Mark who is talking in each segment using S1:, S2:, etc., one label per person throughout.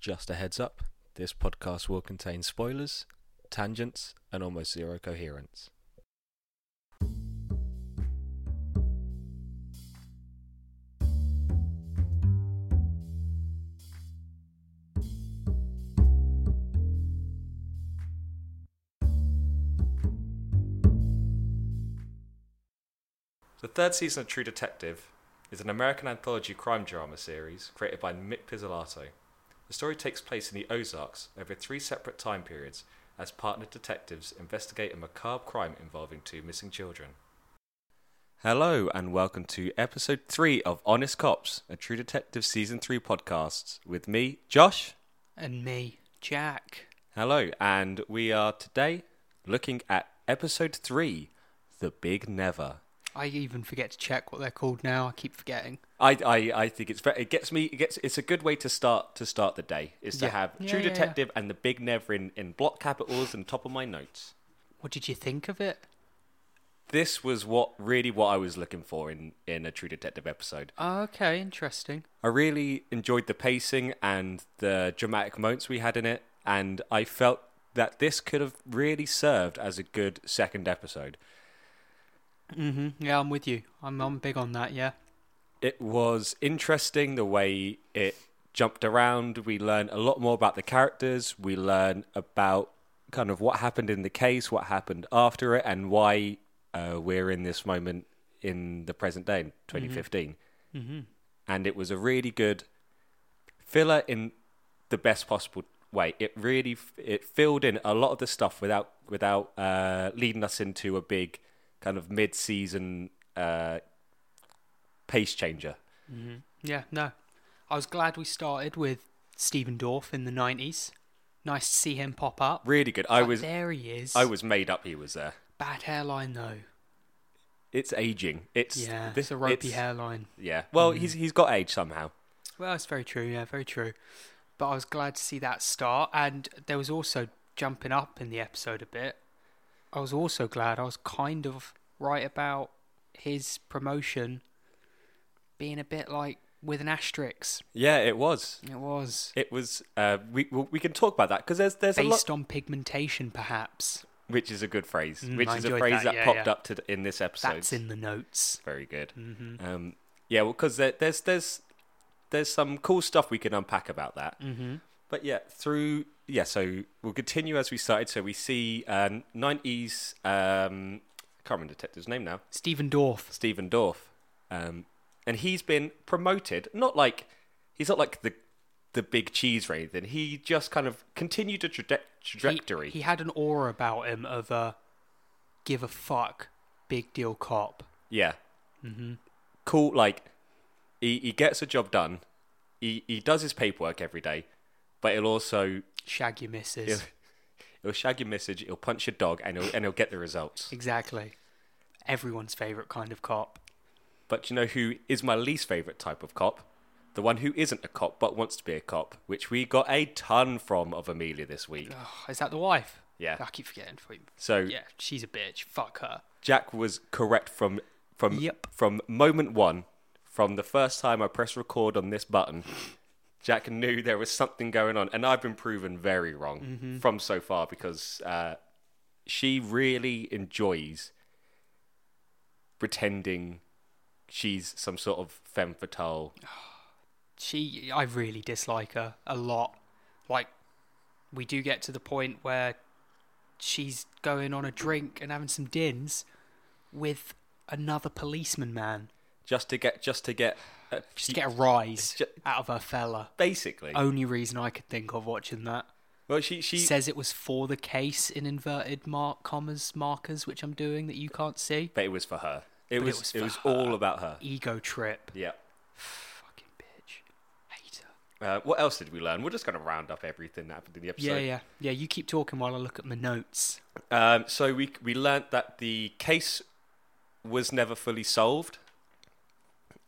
S1: Just a heads up this podcast will contain spoilers, tangents, and almost zero coherence.
S2: The third season of True Detective is an American anthology crime drama series created by Mick Pizzolatto. The story takes place in the Ozarks over three separate time periods as partner detectives investigate a macabre crime involving two missing children. Hello, and welcome to episode three of Honest Cops, a True Detective season three podcast with me, Josh.
S3: And me, Jack.
S2: Hello, and we are today looking at episode three The Big Never.
S3: I even forget to check what they're called now. I keep forgetting.
S2: I, I, I think it's ve- it gets me it gets it's a good way to start to start the day is to
S3: Yeah.
S2: have
S3: Yeah,
S2: True
S3: yeah, yeah.
S2: Detective and the Big Never in, in block capitals and top of my notes.
S3: What did you think of it?
S2: This was what really what I was looking for in in a True Detective episode.
S3: Oh, okay, interesting.
S2: I really enjoyed the pacing and the dramatic moments we had in it, and I felt that this could have really served as a good second episode.
S3: hmm Yeah, I'm with you. I'm I'm big on that. Yeah.
S2: it was interesting the way it jumped around. We learn a lot more about the characters. We learn about kind of what happened in the case, what happened after it, and why uh, we're in this moment in the present day, in 2015. And it was a really good filler in the best possible way. It really f- it filled in a lot of the stuff without without uh, leading us into a big kind of mid season uh, pace changer.
S3: Yeah. No, I was glad we started with Stephen Dorff in the '90s. Nice to see him pop up.
S2: Really good. I
S3: Like,
S2: was
S3: there. He is.
S2: I was made up he was there.
S3: bad hairline though.
S2: It's aging. It's
S3: Yeah,
S2: this-
S3: it's a ropey
S2: it's-
S3: hairline.
S2: Yeah. Well,
S3: Mm.
S2: he's he's got age somehow.
S3: Well, that's very true. Yeah, very true. But I was glad to see that start, and there was also jumping up in the episode a bit. I was also glad I was kind of right about his promotion being a bit like with an asterisk.
S2: Yeah, it was.
S3: It was
S2: It was. Uh, we well, we can talk about that because there's there's a lot,
S3: based on pigmentation, perhaps.
S2: which is a good phrase,
S3: Mm,
S2: which
S3: I
S2: is a
S3: enjoyed
S2: phrase that,
S3: that, yeah,
S2: popped
S3: yeah.
S2: up to in this episode.
S3: That's in Mm-hmm. the notes.
S2: very good. Um, yeah, well, because there, there's there's there's some cool stuff we can unpack about that.
S3: Mm-hmm.
S2: But yeah, through yeah, so we'll continue as we started. So we see uh, 90s. Um, I can't remember the detective's name now.
S3: Stephen Dorff.
S2: Stephen Dorff, um, and he's been promoted. Not like he's not like the the big cheese or anything. He just kind of continued a traje-
S3: He-
S2: trajectory.
S3: He, had an aura about him of a give a fuck, big deal cop.
S2: yeah, mm-hmm. cool. Like he he gets a job done. He he does his paperwork every day, but he'll also
S3: Shag your missus.
S2: he'll, he'll shag your message. He'll punch your dog, and he'll and he'll get the results.
S3: Exactly. Everyone's favourite kind of cop.
S2: But you know who is my least favorite type of cop? The one who isn't a cop but wants to be a cop, which we got a ton from of Amelia this week.
S3: Ugh, is that the wife?
S2: Yeah.
S3: I keep forgetting. Wait,
S2: So
S3: Yeah, she's a bitch. Fuck her.
S2: Jack was correct from from
S3: Yep.
S2: from moment one, from the first time I pressed record on this button. Jack knew there was something going on, and I've been proven very wrong from so far because uh, she really enjoys pretending she's some sort of femme fatale.
S3: She, I really dislike her a lot. Like, we do get to the point where she's going on a drink and having some dins with another policeman man.
S2: just to get just to get uh,
S3: Just to get a rise
S2: ju-
S3: out of her fella.
S2: basically.
S3: Only reason I could think of watching that.
S2: well, she she
S3: Says it was for the case in inverted mark commas markers, which I'm doing that you can't see.
S2: but it was for her. It
S3: But it
S2: was it
S3: was
S2: was,
S3: for
S2: all about her.
S3: Ego trip.
S2: Yeah.
S3: Fucking bitch. Hate her.
S2: Uh, what else did we learn? We're just going to round up everything that happened in the episode.
S3: Yeah, yeah. Yeah, you keep talking while I look at my notes.
S2: Um, so we we learnt that the case was never fully solved.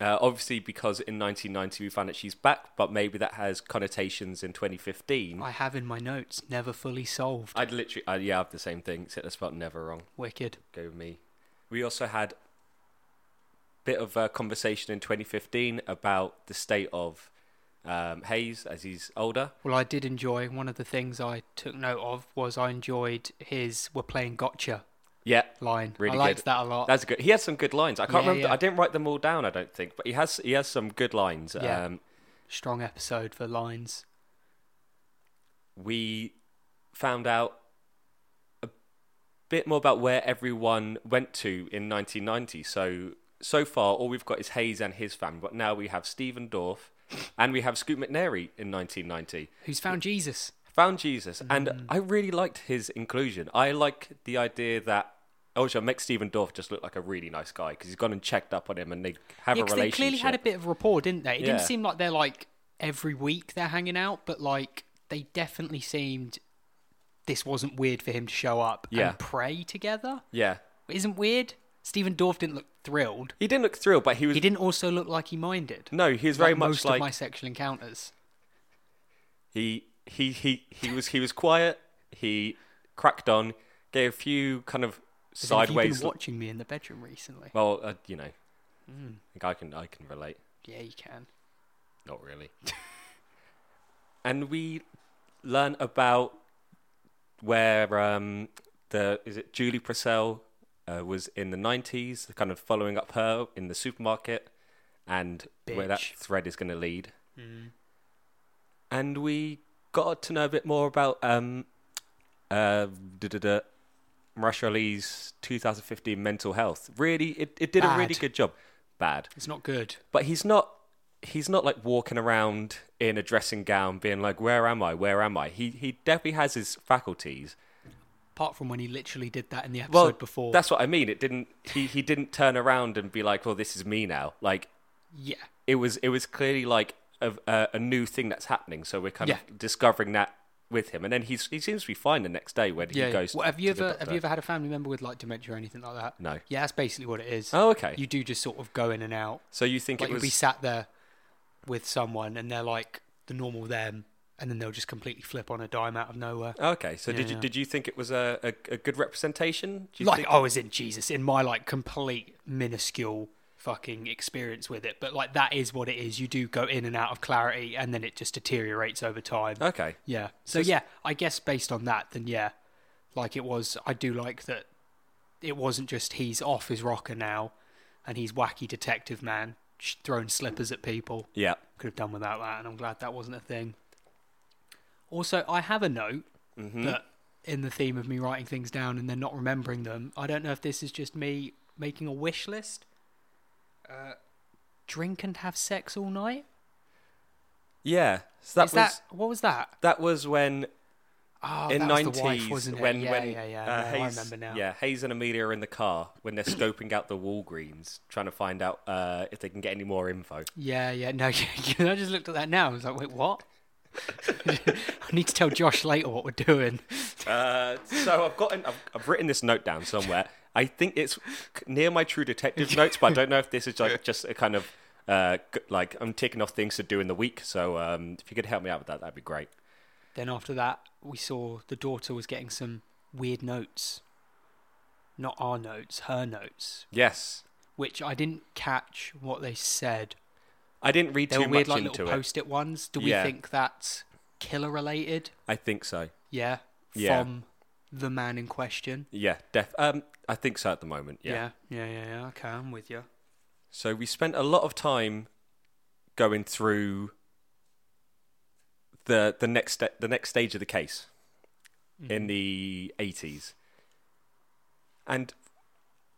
S2: Uh, obviously, because in 1990 we found that she's back, but maybe that has connotations in 2015.
S3: I have in my notes, never fully solved.
S2: I'd literally, I, yeah, I have the same thing. Except I spelled never wrong.
S3: Wicked.
S2: go with me. We also had bit of a conversation in 2015 about the state of um, Hayes as he's older.
S3: Well, I did enjoy one of the things I took note of was I enjoyed his "We're playing gotcha"
S2: Yeah,
S3: line.
S2: Really
S3: I liked
S2: good.
S3: that a lot.
S2: that's good. He has some good lines. I can't
S3: Yeah,
S2: remember.
S3: yeah.
S2: I didn't write them all down. I don't think, but he has he has some good lines.
S3: Yeah.
S2: Um,
S3: Strong episode for lines.
S2: we found out a bit more about where everyone went to in 1990. So so far, all we've got is Hayes and his family, but now we have Stephen Dorff and we have Scoot McNairy in 1990.
S3: Who's found Jesus?
S2: Found Jesus, and
S3: Mm.
S2: I really liked his inclusion. I like the idea that. Oh, sure, make Stephen Dorff just look like a really nice guy because he's gone and checked up on him, and they have
S3: Yeah,
S2: a
S3: 'cause
S2: relationship.
S3: they clearly had a bit of rapport, didn't they? It didn't
S2: Yeah.
S3: seem like they're like every week they're hanging out, but like they definitely seemed this wasn't weird for him to show up
S2: Yeah.
S3: and pray together.
S2: Yeah,
S3: It isn't weird. Stephen Dorff didn't look thrilled.
S2: he didn't look thrilled, but he was.
S3: He didn't also look like he minded.
S2: No, he was very
S3: like
S2: much
S3: most
S2: like
S3: of my sexual encounters.
S2: he he he he was he was quiet. He cracked on, gave a few kind of
S3: As in, have you
S2: sideways.
S3: been watching me in the bedroom recently.
S2: well, uh, you know,
S3: Mm.
S2: I think I can I can relate.
S3: Yeah, you can.
S2: Not really. and we learn about where um, the is it Julie Purcell uh, was in the nineties, kind of following up her in the supermarket, and where that
S3: Bitch. Mm.
S2: thread is going to lead. And we got to know a bit more about um, uh, duh-duh-duh, Marash Ali's 2015 mental health. Really, it, it did a really
S3: Bad.
S2: good job. Bad
S3: It's not good.
S2: but he's not he's not like walking around in a dressing gown being like where am i where am i he he definitely has his faculties
S3: Apart from when he literally did that in the episode
S2: well
S3: before.
S2: that's what i mean it didn't he he didn't turn around and be like well this is me now like
S3: yeah.
S2: it was it was clearly like a, a, a new thing that's happening so we're kind
S3: Yeah.
S2: of discovering that with him and then he's he seems to be fine the next day when
S3: Yeah.
S2: he goes
S3: well, have you
S2: to the
S3: ever have
S2: doctor.
S3: you ever had a family member with like dementia or anything like that?
S2: No.
S3: Yeah, that's basically what it is.
S2: oh okay
S3: You do just sort of go in and out.
S2: so you think
S3: Like
S2: it
S3: you'll
S2: was
S3: be sat there with someone and they're like the normal them and then they'll just completely flip on a dime out of nowhere.
S2: okay so
S3: Yeah,
S2: did you
S3: yeah.
S2: did you think it was a, a, a good representation do you
S3: like
S2: think
S3: I was in Jesus in my like complete minuscule fucking experience with it. But like that is what it is. You do go in and out of clarity and then it just deteriorates over time.
S2: okay
S3: Yeah. So yeah, I guess based on that, then yeah, like it was. I do like that. It wasn't just he's off his rocker now, and he's wacky detective man sh- throwing slippers at people.
S2: yeah
S3: Could have done without that, and I'm glad that wasn't a thing. Also, I have a note
S2: Mm-hmm.
S3: that in the theme of me writing things down and then not remembering them, I don't know if this is just me making a wish list. Uh,
S2: Uh,
S3: drink and have sex all night.
S2: Yeah. So that was
S3: Is that what was that?
S2: that was when
S3: Oh,
S2: in
S3: that was the wife,
S2: nineties
S3: wasn't it?
S2: when
S3: yeah,
S2: when
S3: yeah, yeah.
S2: uh,
S3: No,
S2: Hayes,
S3: I remember now.
S2: Yeah, Hayes and Amelia are in the car when they're scoping out the Walgreens, trying to find out uh, if they can get any more info.
S3: yeah, yeah. No, I just looked at that now. I was like, wait, what? I need to tell Josh later what we're doing.
S2: Uh, so I've gotten I've, I've written this note down somewhere. I think it's near my True Detective notes, but I don't know if this is like just a kind of uh, g- like I'm ticking off things to do in the week. So um, if you could help me out with that, that'd be great.
S3: Then after that, we saw the daughter was getting some weird notes. Not our notes, her notes,
S2: Yes,
S3: which I didn't catch what they said.
S2: I didn't read
S3: They
S2: too
S3: were weird,
S2: much
S3: like
S2: into
S3: little
S2: it.
S3: post-it ones. Do we
S2: Yeah.
S3: think that's killer related?
S2: I think so.
S3: Yeah,
S2: Yeah.
S3: from the man in question.
S2: Yeah, def- um, I think so at the moment. yeah.
S3: yeah, yeah, yeah. yeah. Okay, I'm with you.
S2: So we spent a lot of time going through the the next sta- the next stage of the case in the eighties, and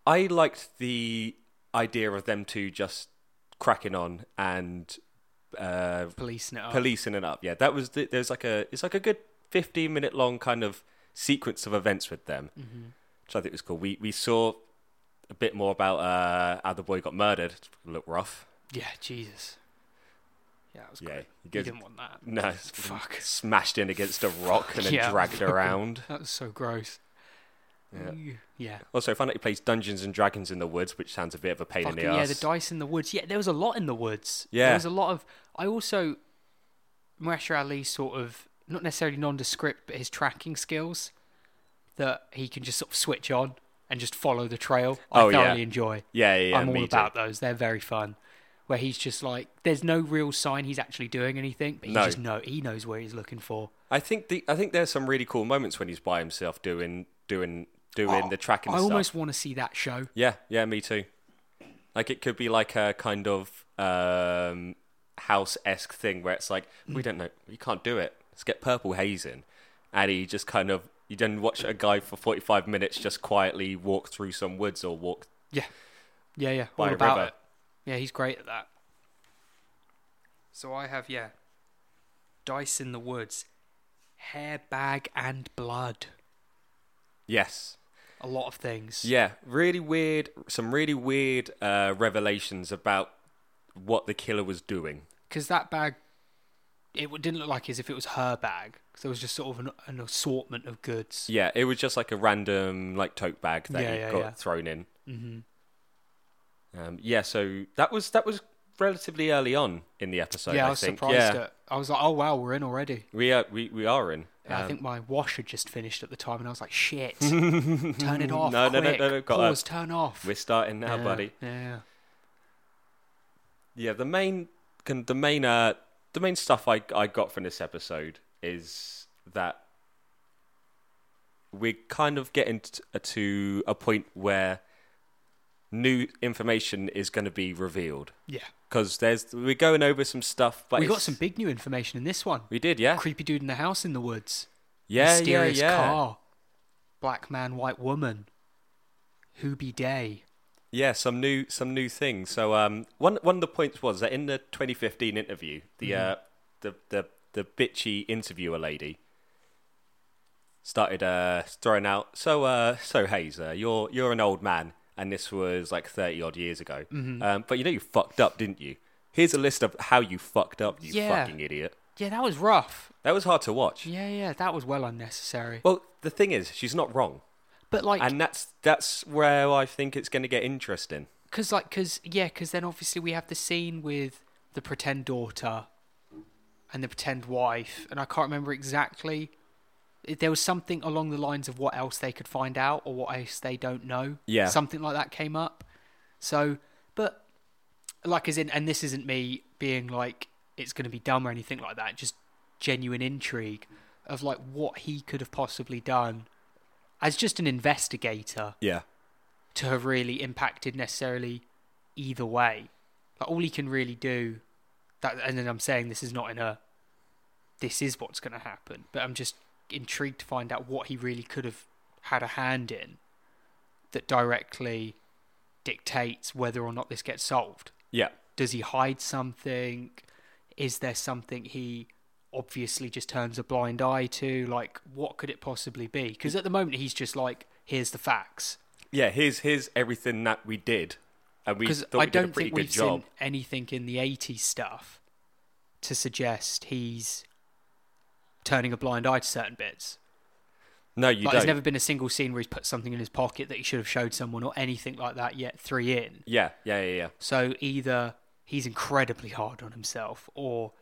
S2: I liked the idea of them two just cracking on and uh,
S3: Policing it up.
S2: policing it up. Yeah, that was the, there's like a it's like a good 15 minute long kind of sequence of events with them,
S3: Mm-hmm.
S2: which I think was cool. We we saw a bit more about uh, how the boy got murdered. Look rough.
S3: Yeah, Jesus. Yeah, it was
S2: Yeah,
S3: great.
S2: you
S3: You,
S2: get-
S3: didn't want that.
S2: No,
S3: Fuck.
S2: Smashed in against a rock and then
S3: Yeah.
S2: dragged around.
S3: That was so gross.
S2: Yeah.
S3: Ew. Yeah.
S2: Also, I found out he plays Dungeons and Dragons in the woods, which sounds a bit of a pain
S3: Fucking,
S2: in the
S3: yeah,
S2: ass.
S3: the dice in the woods. Yeah, there was a lot in the woods.
S2: Yeah.
S3: There was a lot of. I also. Muasher Ali sort of. Not necessarily nondescript, but his tracking skills that he can just sort of switch on and just follow the trail. I
S2: Oh, yeah.
S3: thoroughly enjoy.
S2: yeah, yeah, yeah,
S3: I'm all
S2: me too.
S3: about those. They're very fun. where he's just like, there's no real sign he's actually doing anything, but he
S2: No.
S3: just know he knows where he's looking for.
S2: I think the I think there's some really cool moments when he's by himself doing doing doing the tracking
S3: Oh, I
S2: stuff.
S3: almost want to see that show.
S2: Yeah, yeah, me too. Like it could be like a kind of um, house esque thing where it's like we don't know, you can't do it. Let's get purple haze in, and he just kind of you then watch a guy for forty five minutes just quietly walk through some woods or walk
S3: Yeah, yeah, yeah.
S2: by
S3: all
S2: a
S3: about
S2: river.
S3: it. Yeah, he's great at that. So I have yeah, dice in the woods, hair bag and blood.
S2: Yes,
S3: A lot of things.
S2: yeah, really weird. Some really weird uh, revelations about what the killer was doing.
S3: because that bag, it w- didn't look like as if it was her bag. 'cause there was just sort of an, an assortment of goods.
S2: Yeah, it was just like a random like tote bag that
S3: Yeah,
S2: he
S3: yeah,
S2: got
S3: yeah.
S2: thrown in. Mm-hmm. Um, yeah, so that was that was relatively early on in the episode.
S3: yeah, I,
S2: I,
S3: was
S2: think.
S3: surprised
S2: yeah,
S3: at. I was like, oh wow, we're in already.
S2: we are we, we are in.
S3: Yeah, I
S2: Um,
S3: think my wash had just finished at the time, and I was like, shit, turn it off.
S2: No, no, no,
S3: quick.
S2: no, no, got
S3: Pause,
S2: that.
S3: turn off.
S2: we're starting now,
S3: yeah,
S2: buddy.
S3: Yeah.
S2: Yeah, the main can the main uh the main stuff I I got from this episode is that we're kind of getting t- uh, to a point where new information is going to be revealed.
S3: Yeah.
S2: because there's we're going over some stuff, but
S3: we got
S2: it's-
S3: some big new information in this one.
S2: We did, yeah,
S3: Creepy dude in the house in the woods.
S2: yeah,
S3: Mysterious
S2: yeah, yeah,
S3: car. Black man, white woman. Who be day?
S2: yeah. Some new, some new things. So, um, one one of the points was that in the 2015 interview, the
S3: Mm-hmm.
S2: uh, the the the bitchy interviewer lady started uh throwing out. So, uh, so Hazer, you're you're an old man, and this was like 30 odd years ago.
S3: Mm-hmm.
S2: Um, but you know you fucked up, didn't you? Here's a list of how you fucked up, you
S3: Yeah.
S2: fucking idiot.
S3: Yeah, that was rough.
S2: That was hard to watch.
S3: Yeah, yeah, that was well unnecessary.
S2: Well, the thing is, she's not wrong.
S3: But like,
S2: and that's that's where I think it's going to get interesting.
S3: because like, because yeah, because then obviously we have the scene with the pretend daughter and the pretend wife, and I can't remember exactly. There was something along the lines of what else they could find out or what else they don't know.
S2: Yeah.
S3: something like that came up. So, but like, as in, and this isn't me being like it's going to be dumb or anything like that. Just genuine intrigue of like what he could have possibly done as just an investigator.
S2: Yeah,
S3: to have really impacted necessarily either way. Like all he can really do that and then I'm saying this is not in a this is what's gonna happen, but I'm just intrigued to find out what he really could have had a hand in that directly dictates whether or not this gets solved.
S2: yeah,
S3: Does he hide something? Is there something he obviously just turns a blind eye to? Like, what could it possibly be? Because at the moment, he's just like, here's the facts.
S2: yeah. Here's here's everything that we did, and we
S3: because
S2: thought
S3: I
S2: we did a
S3: don't
S2: pretty
S3: think
S2: good
S3: we've
S2: job.
S3: seen anything in the 80s stuff to suggest he's turning a blind eye to certain bits.
S2: No, you
S3: like,
S2: don't.
S3: there's never been a single scene where he's put something in his pocket that he should have showed someone or anything like that yet, three in.
S2: Yeah, yeah, yeah, yeah.
S3: So either he's incredibly hard on himself or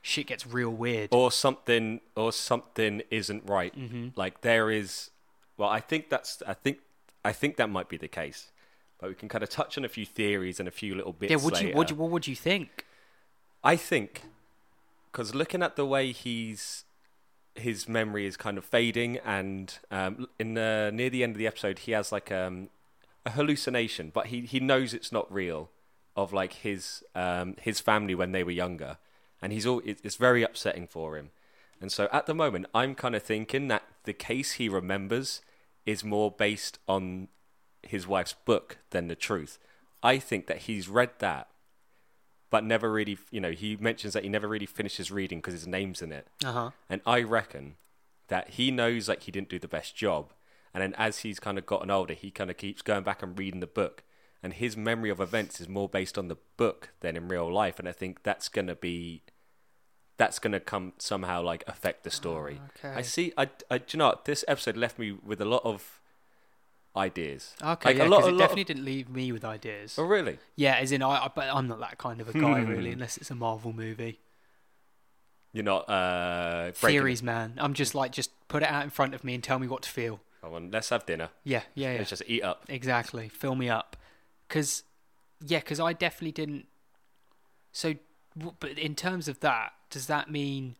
S3: shit gets real weird.
S2: Or something, or something isn't right.
S3: Mm-hmm.
S2: Like there is. Well, I think that's. I think. I think that might be the case, but we can kind of touch on a few theories and a few little bits.
S3: yeah, would you,
S2: later.
S3: would you, what would you think?
S2: I think because looking at the way he's his memory is kind of fading, and um, in the near the end of the episode, he has like um, a hallucination, but he he knows it's not real of like his um, his family when they were younger, and he's all it, it's very upsetting for him. And so at the moment, I'm kind of thinking that the case he remembers is more based on his wife's book than the truth. I think that he's read that but never really, you know, he mentions that he never really finishes reading because his name's in it.
S3: Uh-huh.
S2: And I reckon that he knows like he didn't do the best job. And then as he's kind of gotten older, he kind of keeps going back and reading the book. And his memory of events is more based on the book than in real life. And I think that's going to be, that's going to come somehow like affect the story.
S3: Ah, okay.
S2: I see, I, I, do you know, what? this episode left me with a lot of ideas.
S3: Okay,
S2: Like,
S3: yeah,
S2: a lot,
S3: 'cause
S2: a
S3: it
S2: lot
S3: definitely
S2: Of,
S3: didn't leave me with ideas.
S2: oh, really?
S3: Yeah, as in, I, I, but I'm not that kind of a guy,
S2: Hmm.
S3: really, unless it's a Marvel movie.
S2: You're not, uh, breaking it.
S3: theories, man. I'm just like, just put it out in front of me and tell me what to feel.
S2: Come on, let's have dinner.
S3: Yeah, yeah, yeah.
S2: Let's just eat up.
S3: exactly. Fill me up, because yeah, because I definitely didn't. So, w- but in terms of that, does that mean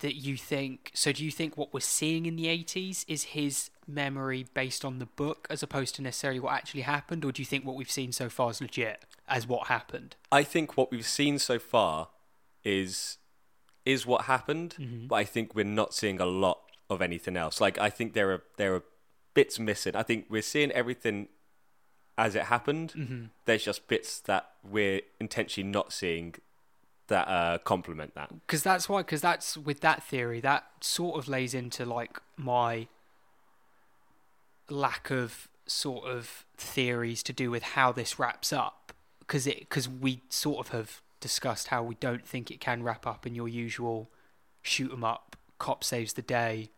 S3: that you think? So, do you think what we're seeing in the eighties is his memory based on the book, as opposed to necessarily what actually happened, or do you think what we've seen so far is legit as what happened?
S2: I think what we've seen so far is is what happened, but I think we're not seeing a lot of anything else. Like I think there are there are bits missing. I think we're seeing everything as it happened. There's just bits that we're intentionally not seeing that uh, complement that.
S3: because that's why because that's with that theory that sort of lays into like my lack of sort of theories to do with how this wraps up because it because we sort of have discussed how we don't think it can wrap up in your usual shoot 'em up cop saves the day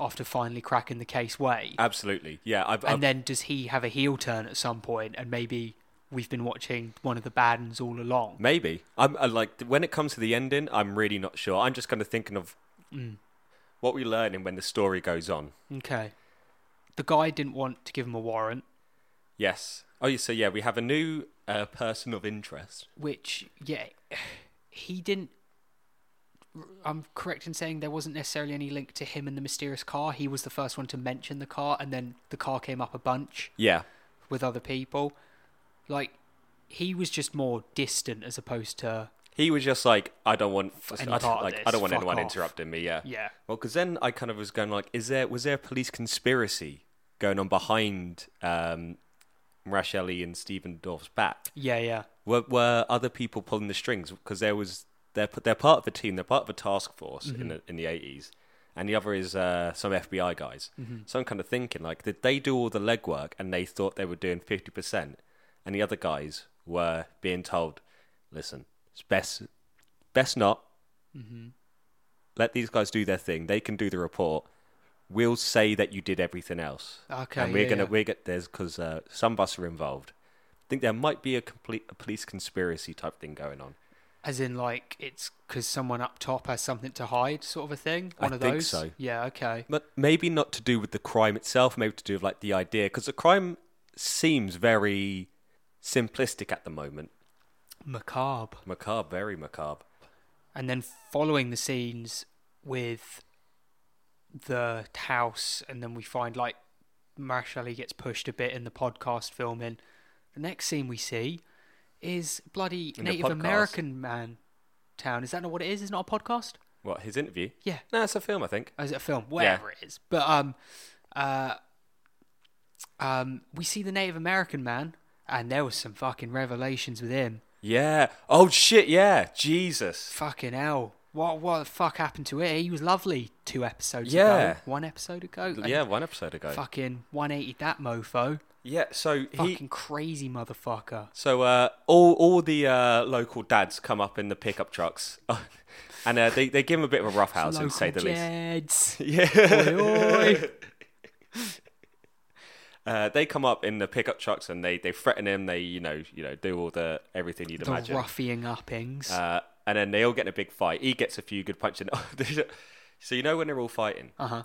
S3: after finally cracking the case
S2: Uh,
S3: way
S2: Absolutely, yeah. I've, I've
S3: and then does he have a heel turn at some point and maybe we've been watching one of the bad ones all along
S2: Maybe I'm I like when it comes to the ending, I'm really not sure. I'm just kind of thinking of what we learn and when the story goes on.
S3: okay the guy didn't want to give him a warrant
S2: Yes. Oh, yeah, so yeah, we have a new uh, person of interest.
S3: which yeah he didn't i'm correct in saying there wasn't necessarily any link to him and the mysterious car he was the first one to mention the car and then the car came up a bunch
S2: Yeah,
S3: with other people like he was just more distant as opposed to
S2: he was just like, I don't want,
S3: any
S2: I,
S3: part
S2: don't,
S3: of
S2: like,
S3: this,
S2: I don't want
S3: fuck
S2: anyone
S3: off.
S2: interrupting me. Yeah.
S3: yeah
S2: Well, because then I kind of was going like, is there was there a police conspiracy going on behind um, Rashelli and Stephen Dorff's back?
S3: yeah yeah
S2: Were, were other people pulling the strings? Because there was they're they're part of the team, they're part of a task force in the in the eighties, and the other is uh, some FBI guys. So I'm kind of thinking like, did they do all the legwork and they thought they were doing fifty percent, and the other guys were being told, listen, it's best best not.
S3: Mm-hmm.
S2: Let these guys do their thing. They can do the report. We'll say that you did everything else.
S3: Okay,
S2: And we're
S3: yeah,
S2: gonna
S3: yeah.
S2: we're get there's because uh, some of us are involved. I think there might be a complete a police conspiracy type thing going on.
S3: as in like it's because someone up top has something to hide sort of a thing
S2: I
S3: one of
S2: think
S3: those
S2: so.
S3: yeah okay
S2: But maybe not to do with the crime itself, maybe to do with like the idea, because the crime seems very simplistic at the moment.
S3: macabre
S2: Macabre, very macabre.
S3: and then following the scenes with the house, and then we find like Marshall gets pushed a bit in the podcast filming. The next scene we see is bloody
S2: In the
S3: Native
S2: podcast.
S3: American man town. Is that not what it is? It's not a podcast.
S2: What his interview?
S3: Yeah.
S2: no, it's a film, I think.
S3: Or is it a film? Whatever it is. But um, uh, um, we see the Native American man, and there was some fucking revelations with him.
S2: Yeah. Oh shit. Yeah. Jesus.
S3: Fucking hell. What what the fuck happened to it? He was lovely two episodes ago.
S2: Yeah.
S3: One episode ago. and
S2: Yeah, one episode ago.
S3: Fucking one eighty that mofo.
S2: Yeah. So he.
S3: Fucking crazy motherfucker.
S2: So uh, all all the uh, local dads come up in the pickup trucks, and uh, they they give him a bit of a rough house,
S3: Local
S2: to say the least.
S3: Jeds.
S2: Yeah.
S3: Oi, oi.
S2: Uh, they come up in the pickup trucks and they, they threaten him. They you know you know do all the everything you'd
S3: the
S2: imagine.
S3: roughing uppings.
S2: Uh, and then they all get in a big fight. He gets a few good punches. so you know when they're all fighting,
S3: Uh huh.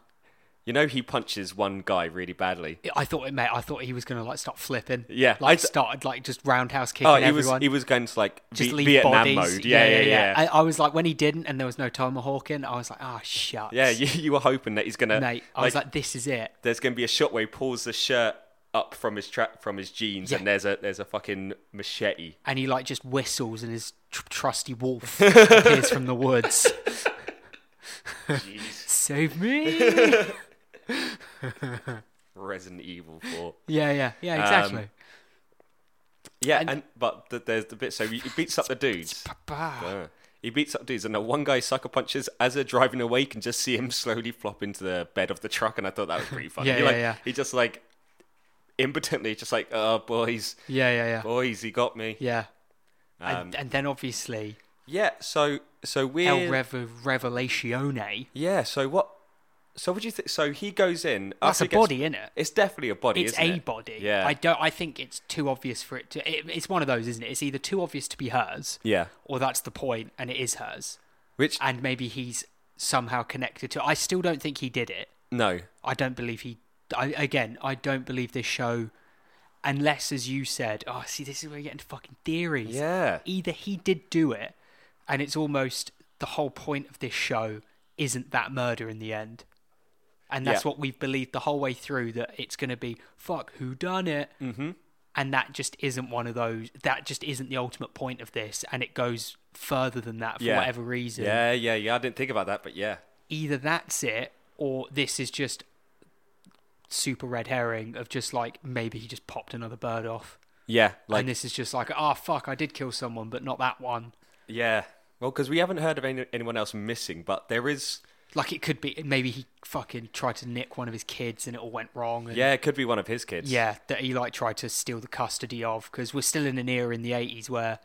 S2: you know he punches one guy really badly.
S3: I thought it mate. I thought he was gonna like start flipping.
S2: Yeah, I
S3: like
S2: d-
S3: started like just roundhouse kicking
S2: Oh, he was
S3: everyone.
S2: he was going to like
S3: just
S2: Vi-
S3: leave
S2: Vietnam
S3: bodies.
S2: mode. Yeah, yeah, yeah.
S3: I, I was like, when he didn't, and there was no tomahawking, I was like, ah, oh, shucks.
S2: Yeah, you, you were hoping that he's gonna
S3: mate. I was like, this is it.
S2: there's going to be a shot where he pulls the shirt up from his tra- from his jeans,
S3: Yeah.
S2: and there's a there's a fucking machete.
S3: and he like just whistles and his tr- trusty wolf appears from the woods. Save me!
S2: Resident Evil Four.
S3: Yeah, yeah, yeah, exactly.
S2: Um, Yeah,
S3: And-
S2: and, but th- there's the bit so he he beats up the dudes.
S3: Bah.
S2: Uh, he beats up dudes, and the one guy sucker punches as they're driving away. You can just see him slowly flop into the bed of the truck, and I thought that was pretty funny.
S3: Yeah,
S2: He,
S3: yeah,
S2: like,
S3: yeah.
S2: He just like impotently, just like, oh boys,
S3: Yeah, yeah, yeah,
S2: boys, he got me.
S3: yeah.
S2: Um,
S3: and, and then obviously
S2: Yeah, so so we're
S3: El Rever- Revelazione.
S2: yeah. So what? So what do you think? So he goes in.
S3: That's
S2: after
S3: a
S2: he gets-
S3: body, innit?
S2: It's definitely a body.
S3: It's
S2: isn't
S3: a
S2: it?
S3: body.
S2: Yeah.
S3: I don't. I think it's too obvious for it to. It, it's one of those, isn't it? It's either too obvious to be hers,
S2: Yeah.
S3: or that's the point, and it is hers.
S2: Which
S3: And maybe he's somehow connected to. I still don't think he did it.
S2: no.
S3: I don't believe he. I, again, I don't believe this show Unless, as you said, oh, see, this is where you get into fucking theories.
S2: Yeah.
S3: Either he did do it, and it's almost the whole point of this show isn't that murder in the end. And that's
S2: Yeah.
S3: what we've believed the whole way through that it's going to be, fuck, who done it?
S2: Mm-hmm.
S3: and that just isn't one of those that just isn't the ultimate point of this and it goes further than that for
S2: Yeah.
S3: whatever reason
S2: Yeah, yeah, yeah. I didn't think about that, but yeah.
S3: either that's it or this is just super red herring of just like maybe he just popped another bird off
S2: Yeah, like
S3: and this is just like ah fuck i did kill someone but not that one
S2: yeah. Well, because we haven't heard of any, anyone else missing, but there is.
S3: like it could be maybe he fucking tried to nick one of his kids and it all went wrong and
S2: Yeah, it could be one of his kids.
S3: yeah that he like tried to steal the custody of because we're still in an era in the 80s where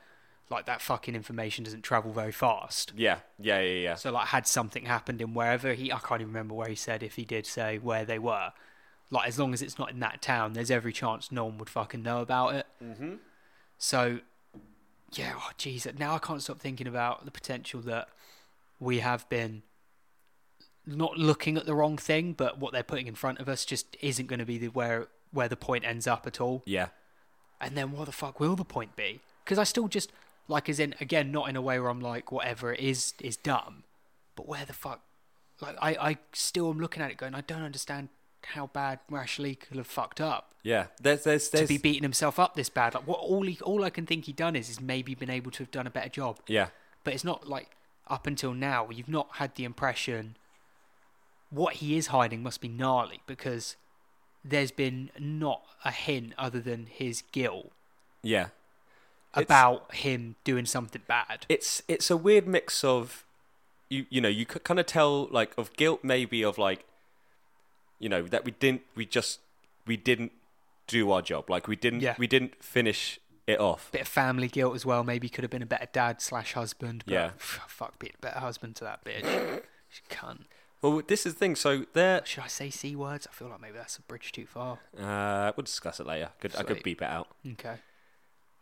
S3: like that fucking information doesn't travel very fast
S2: yeah, yeah, yeah, yeah.
S3: So like had something happened in wherever he I can't even remember where he said if he did say where they were. Like as long as it's not in that town, there's every chance no one would fucking know about it. Mm-hmm. So yeah, oh jeez, now I can't stop thinking about the potential that we have been not looking at the wrong thing, but what they're putting in front of us just isn't going to be the where where the point ends up at all.
S2: Yeah,
S3: And then what the fuck will the point be? Because I still just like, as in again, not in a way where I'm like, whatever it is is dumb, but where the fuck? Like, I I still am looking at it going, I don't understand how bad Rashleigh could have fucked up
S2: yeah. There's, there's, there's.
S3: to be beating himself up this bad. Like, what all he all I can think he done is is maybe been able to have done a better job
S2: yeah,
S3: but it's not like up until now you've not had the impression what he is hiding must be gnarly because there's been not a hint other than his guilt
S2: yeah. It's-
S3: about him doing something bad.
S2: it's it's a weird mix of you you know you could kind of tell like of guilt maybe of like you know that we didn't we just we didn't do our job like we didn't
S3: Yeah.
S2: we didn't finish it off
S3: Bit of family guilt as well. Maybe could have been a better dad slash husband. But
S2: Yeah.
S3: pff, fuck, be a better husband to that bitch. She cunt.
S2: well this is the thing so there
S3: Should I say c words? I feel like maybe that's a bridge too far.
S2: uh we'll discuss it later could, i could
S3: Sweet.
S2: beep it out
S3: Okay.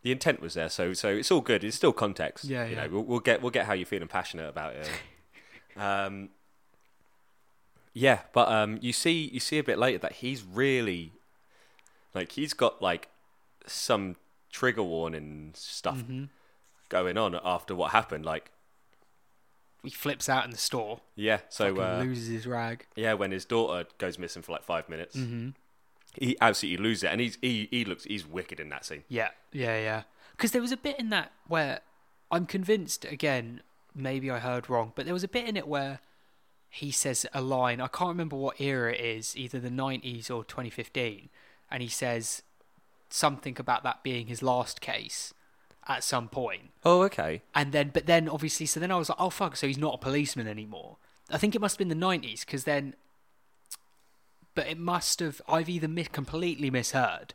S2: the intent was there so so it's all good it's still context
S3: Yeah,
S2: you
S3: yeah.
S2: know we'll, we'll get we'll get how you're feeling passionate about it um yeah but um you see you see a bit later that he's really like he's got like some trigger warning stuff
S3: Mm-hmm.
S2: going on after what happened like
S3: He flips out in the store.
S2: yeah so
S3: fucking
S2: uh,
S3: loses his rag.
S2: yeah when his daughter goes missing for like five minutes
S3: Mm-hmm.
S2: he absolutely loses it and he's he, he looks he's wicked in that scene
S3: Yeah, yeah, yeah. Because there was a bit in that where I'm convinced again, maybe I heard wrong, but there was a bit in it where he says a line. I can't remember what era it is, either the 90s or 2015, and he says something about that being his last case at some point.
S2: oh okay
S3: And then, but then obviously, so then I was like, oh fuck, so he's not a policeman anymore. I think it must have been the 90s because then, but it must have, I've either mi- completely misheard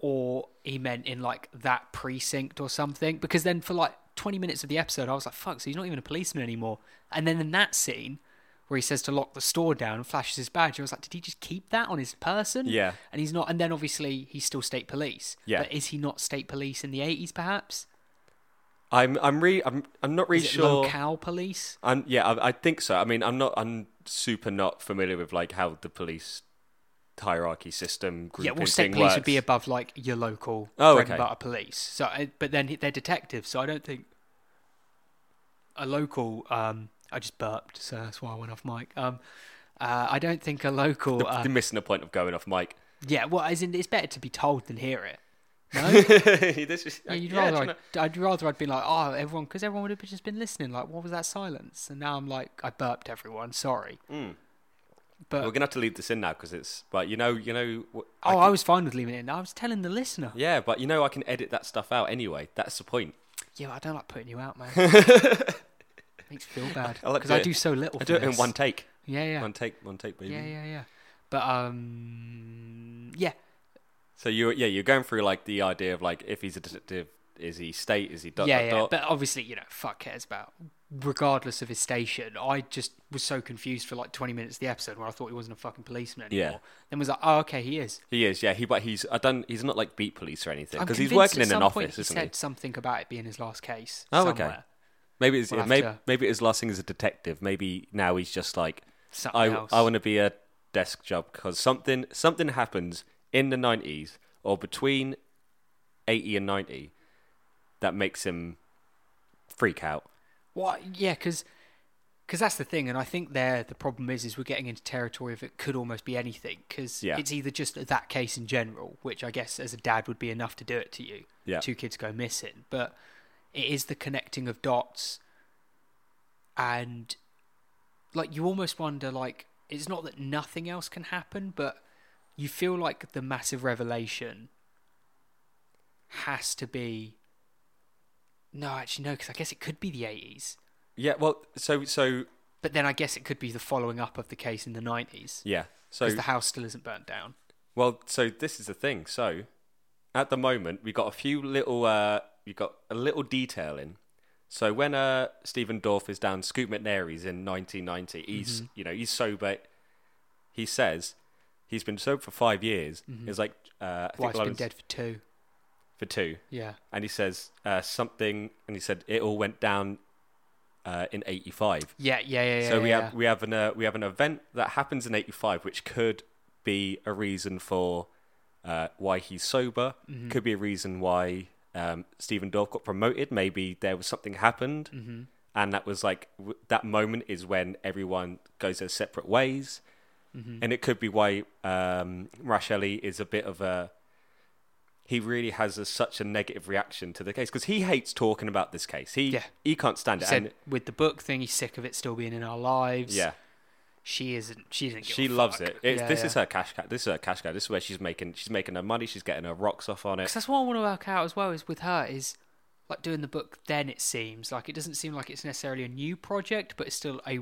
S3: or he meant in like that precinct or something. Because then for like 20 minutes of the episode, I was like, fuck, so he's not even a policeman anymore. And then in that scene where he says to lock the store down and flashes his badge, I was like, did he just keep that on his person?
S2: Yeah.
S3: And he's not, and then obviously he's still state police.
S2: Yeah.
S3: But is he not state police in the 80s perhaps?
S2: i'm i'm re i'm, I'm not really
S3: Is it
S2: sure
S3: locale police?
S2: i yeah, I, I think so. I mean, I'm not, I'm super not familiar with like how the police hierarchy system grouping
S3: Yeah, well, state
S2: thing
S3: police
S2: works.
S3: would be above like your local
S2: Oh,
S3: bread
S2: okay.
S3: and butter police. So, uh, but then they're detectives, so I don't think a local. Um, I just burped, so that's why I went off mic. Um, uh, I don't think a local.
S2: The-
S3: uh,
S2: You're missing the point of going off mic.
S3: yeah, well, as in, it's better to be told than hear it.
S2: This is-
S3: Yeah, you'd
S2: yeah, do
S3: rather
S2: you
S3: I'd, I'd rather I'd been like, oh, everyone, because everyone would have just been listening. Like, what was that silence? And now I'm like, I burped everyone. Sorry.
S2: know- We're gonna have to leave this in now because it's. But you know, you know. wh- I
S3: uh, Oh,
S2: can-
S3: I was fine with leaving it in. I was telling the listener.
S2: yeah, but you know, I can edit that stuff out anyway. That's the point.
S3: Yeah, but I don't like putting you out, man. Makes me feel bad
S2: I like
S3: because I,
S2: doing-
S3: do so little.
S2: I
S3: for
S2: do it in
S3: this.
S2: one take.
S3: Yeah, yeah,
S2: One take. One take, baby.
S3: yeah, yeah, yeah. But um, yeah,
S2: So you're yeah, you're going through like the idea of like if he's a detective, is he state, is he dot
S3: yeah,
S2: dot
S3: yeah.
S2: dot.
S3: But obviously, you know, fuck cares about. Regardless of his station, I just was so confused for like twenty minutes of the episode where I thought he wasn't a fucking policeman
S2: Yeah.
S3: anymore. Then was like, oh, okay, he is.
S2: He is, yeah. He but he's I don't. He's not like beat police or anything
S3: I'm
S2: because he's
S3: convinced
S2: working
S3: at
S2: in an
S3: some point
S2: office,
S3: he
S2: isn't
S3: said
S2: he?
S3: something about it being his last case.
S2: Oh, okay.
S3: somewhere.
S2: Maybe it's
S3: We'll have
S2: maybe
S3: to-
S2: maybe it's last thing as a detective. Maybe now he's just like
S3: Something
S2: I
S3: else.
S2: I want to be a desk job because something something happens in the nineties or between 80 and 90 that makes him freak out.
S3: What? Yeah, because that's the thing, and I think there the problem is is we're getting into territory of it could almost be anything because
S2: Yeah.
S3: it's either just that case in general, which I guess as a dad would be enough to do it to you.
S2: Yeah.
S3: two kids go missing, but it is the connecting of dots, and like you almost wonder like it's not that nothing else can happen, but you feel like the massive revelation has to be. No, actually, no, because I guess it could be the 80s.
S2: Yeah, well, so so
S3: But then I guess it could be the following up of the case in the 90s
S2: yeah. So
S3: because the house still isn't burnt down.
S2: well, so this is the thing. So at the moment, we got a few little uh we got a little detail in. So when uh Stephen Dorff is down Scoot McNairy's in 1990, he's
S3: Mm-hmm.
S2: you know, he's sober. He says he's been sober for 5 years. It's like uh I think
S3: Mm-hmm. Wife's been
S2: Lauren's-
S3: dead for two.
S2: for 2.
S3: Yeah.
S2: and he says uh, something, and he said it all went down uh, in '85.
S3: Yeah, yeah, yeah, yeah.
S2: so we
S3: yeah,
S2: have
S3: yeah.
S2: we have an uh, we have an event that happens in '85, which could be a reason for uh, why he's sober.
S3: Mm-hmm.
S2: Could be a reason why um, Stephen Dorff got promoted. Maybe there was something happened,
S3: Mm-hmm.
S2: and that was like w- that moment is when everyone goes their separate ways.
S3: Mm-hmm.
S2: And it could be why um, Rashelli is a bit of a he really has a, such a negative reaction to the case because he hates talking about this case. He
S3: Yeah.
S2: he can't stand it.
S3: Said
S2: and
S3: with the book thing, he's sick of it still being in our lives.
S2: yeah,
S3: She isn't. She doesn't. Give
S2: she
S3: a
S2: loves
S3: fuck.
S2: it. It's,
S3: Yeah,
S2: this
S3: yeah.
S2: is her cash cow. This is her cash cow. This is where she's making she's making her money. She's getting her rocks off on it.
S3: Because that's what I want to work out as well is with her is like doing the book. Then it seems like it doesn't seem like it's necessarily a new project, but it's still a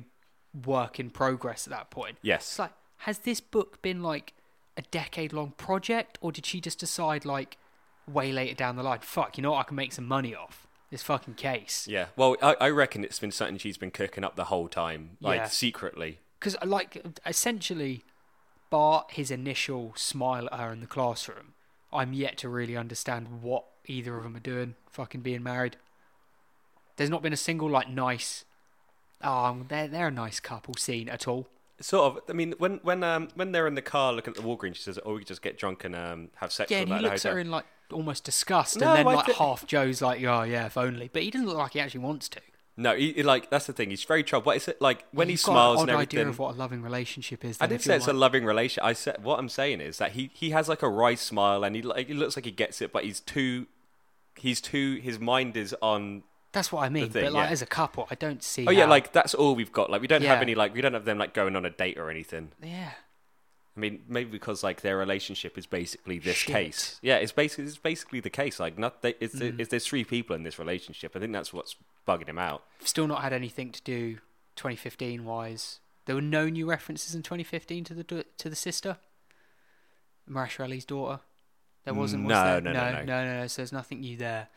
S3: work in progress at that point.
S2: Yes.
S3: It's like has this book been like a decade long project, or did she just decide like way later down the line? Fuck, you know what? I can make some money off this fucking case.
S2: Yeah. Well, I, I reckon it's been something she's been cooking up the whole time, like
S3: Yeah.
S2: secretly.
S3: because like essentially bar his initial smile at her in the classroom i'm yet to really understand what either of them are doing fucking being married there's not been a single like nice oh they're, they're a nice couple scene at all
S2: Sort of. I mean, when when um when they're in the car looking at the Walgreens, she says, "Oh, we could just get drunk and um have sex."
S3: yeah
S2: with
S3: and he
S2: that
S3: looks at
S2: hotel."
S3: her in like almost disgust
S2: No,
S3: and then
S2: I
S3: like
S2: thi-
S3: half joe's like oh yeah if only but he doesn't look like he actually wants to
S2: No, he, he, like that's the thing. He's very troubled. But it's like when he
S3: You've got an
S2: smiles
S3: odd
S2: and everything.
S3: idea of what a loving relationship is
S2: I
S3: then
S2: didn't
S3: if
S2: say
S3: you're
S2: it's a
S3: like-
S2: loving relation. I said what I'm saying is that he he has like a wry smile and he like he looks like he gets it, but he's too he's too his mind is on.
S3: that's what i mean
S2: thing,
S3: but like
S2: yeah.
S3: as a couple i don't see
S2: Oh yeah,
S3: how-
S2: like that's all we've got. Like we don't
S3: Yeah.
S2: have any like we don't have them like going on a date or anything.
S3: yeah
S2: I mean, maybe because like their relationship is basically this
S3: Shit.
S2: case. Yeah, it's basically it's basically the case. Like not they, it's
S3: Mm.
S2: it's there's three people in this relationship. I think that's what's bugging him out.
S3: still not had anything to do 2015 wise. There were no new references in 2015 to the d- to the sister, Marashrelli's daughter. There wasn't. was
S2: No,
S3: there?
S2: no, no,
S3: no,
S2: no.
S3: no, no. So there's nothing new there.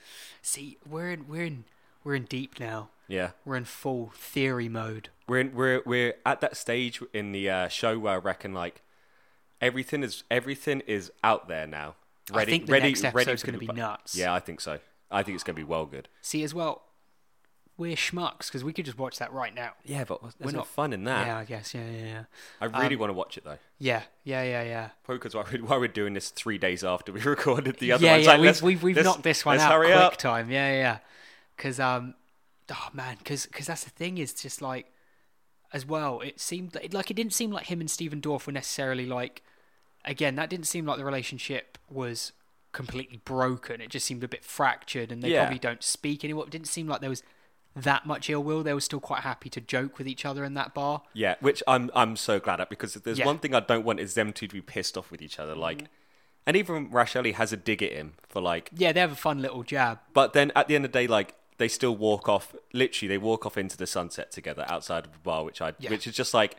S3: See, we're in, we're in, we're in deep now.
S2: Yeah.
S3: We're in full theory mode.
S2: we're in, we're we're at that stage in the uh, show where I reckon like everything is everything is out there now.
S3: I think the next episode's gonna be nuts.
S2: Yeah, I think so. I think it's gonna be well good.
S3: See, as well, we're schmucks because we could just watch that right now.
S2: Yeah, but there's
S3: We're
S2: no
S3: not-
S2: fun in that.
S3: Yeah, um, I guess. Yeah, yeah, yeah.
S2: I really want to watch it though.
S3: Yeah, yeah, yeah, yeah.
S2: Probably because why, we- why we're doing this three days after we recorded the other
S3: yeah,
S2: one. It's
S3: yeah,
S2: like,
S3: we've,
S2: let's-
S3: we've, we've
S2: let's-
S3: knocked this one
S2: let's
S3: out
S2: hurry
S3: quick
S2: up.
S3: time. Yeah, yeah, yeah. Because, um, oh man, because that's the thing is just like, as well, it seemed like, like it didn't seem like him and Stephen Dorff were necessarily like, again, that didn't seem like the relationship was completely broken. It just seemed a bit fractured and they
S2: Yeah.
S3: probably don't speak anymore. It didn't seem like there was that much ill will. They were still quite happy to joke with each other in that bar.
S2: Yeah, which I'm I'm so glad at because if there's
S3: Yeah. Mm.
S2: one thing I don't want is them two to be pissed off with each other. Like, and even Rashelli has a dig at him for like
S3: Yeah, they have a fun little jab.
S2: But then at the end of the day, like they still walk off. Literally, they walk off into the sunset together outside of the bar, which I,
S3: Yeah.
S2: which is just like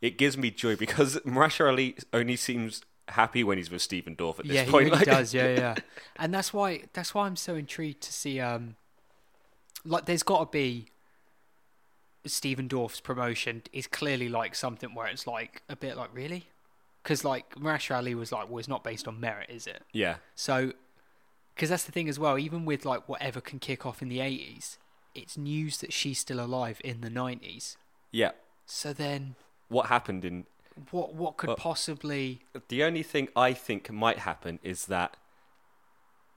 S2: it gives me joy because Marasha Ali only seems happy when he's with Stephen Dorff at this
S3: yeah,
S2: point.
S3: he really
S2: like-
S3: does. Yeah, yeah. and that's why that's why I'm so intrigued to see. Um, like, there's got to be Stephen Dorff's promotion is clearly like something where it's like a bit like really, because like Marash Ali was like, well, it's not based on merit, is it?
S2: yeah,
S3: So, because that's the thing as well. Even with like whatever can kick off in the '80s, it's news that she's still alive in the '90s.
S2: yeah.
S3: So then,
S2: What happened in
S3: what what could possibly?
S2: the only thing I think might happen is that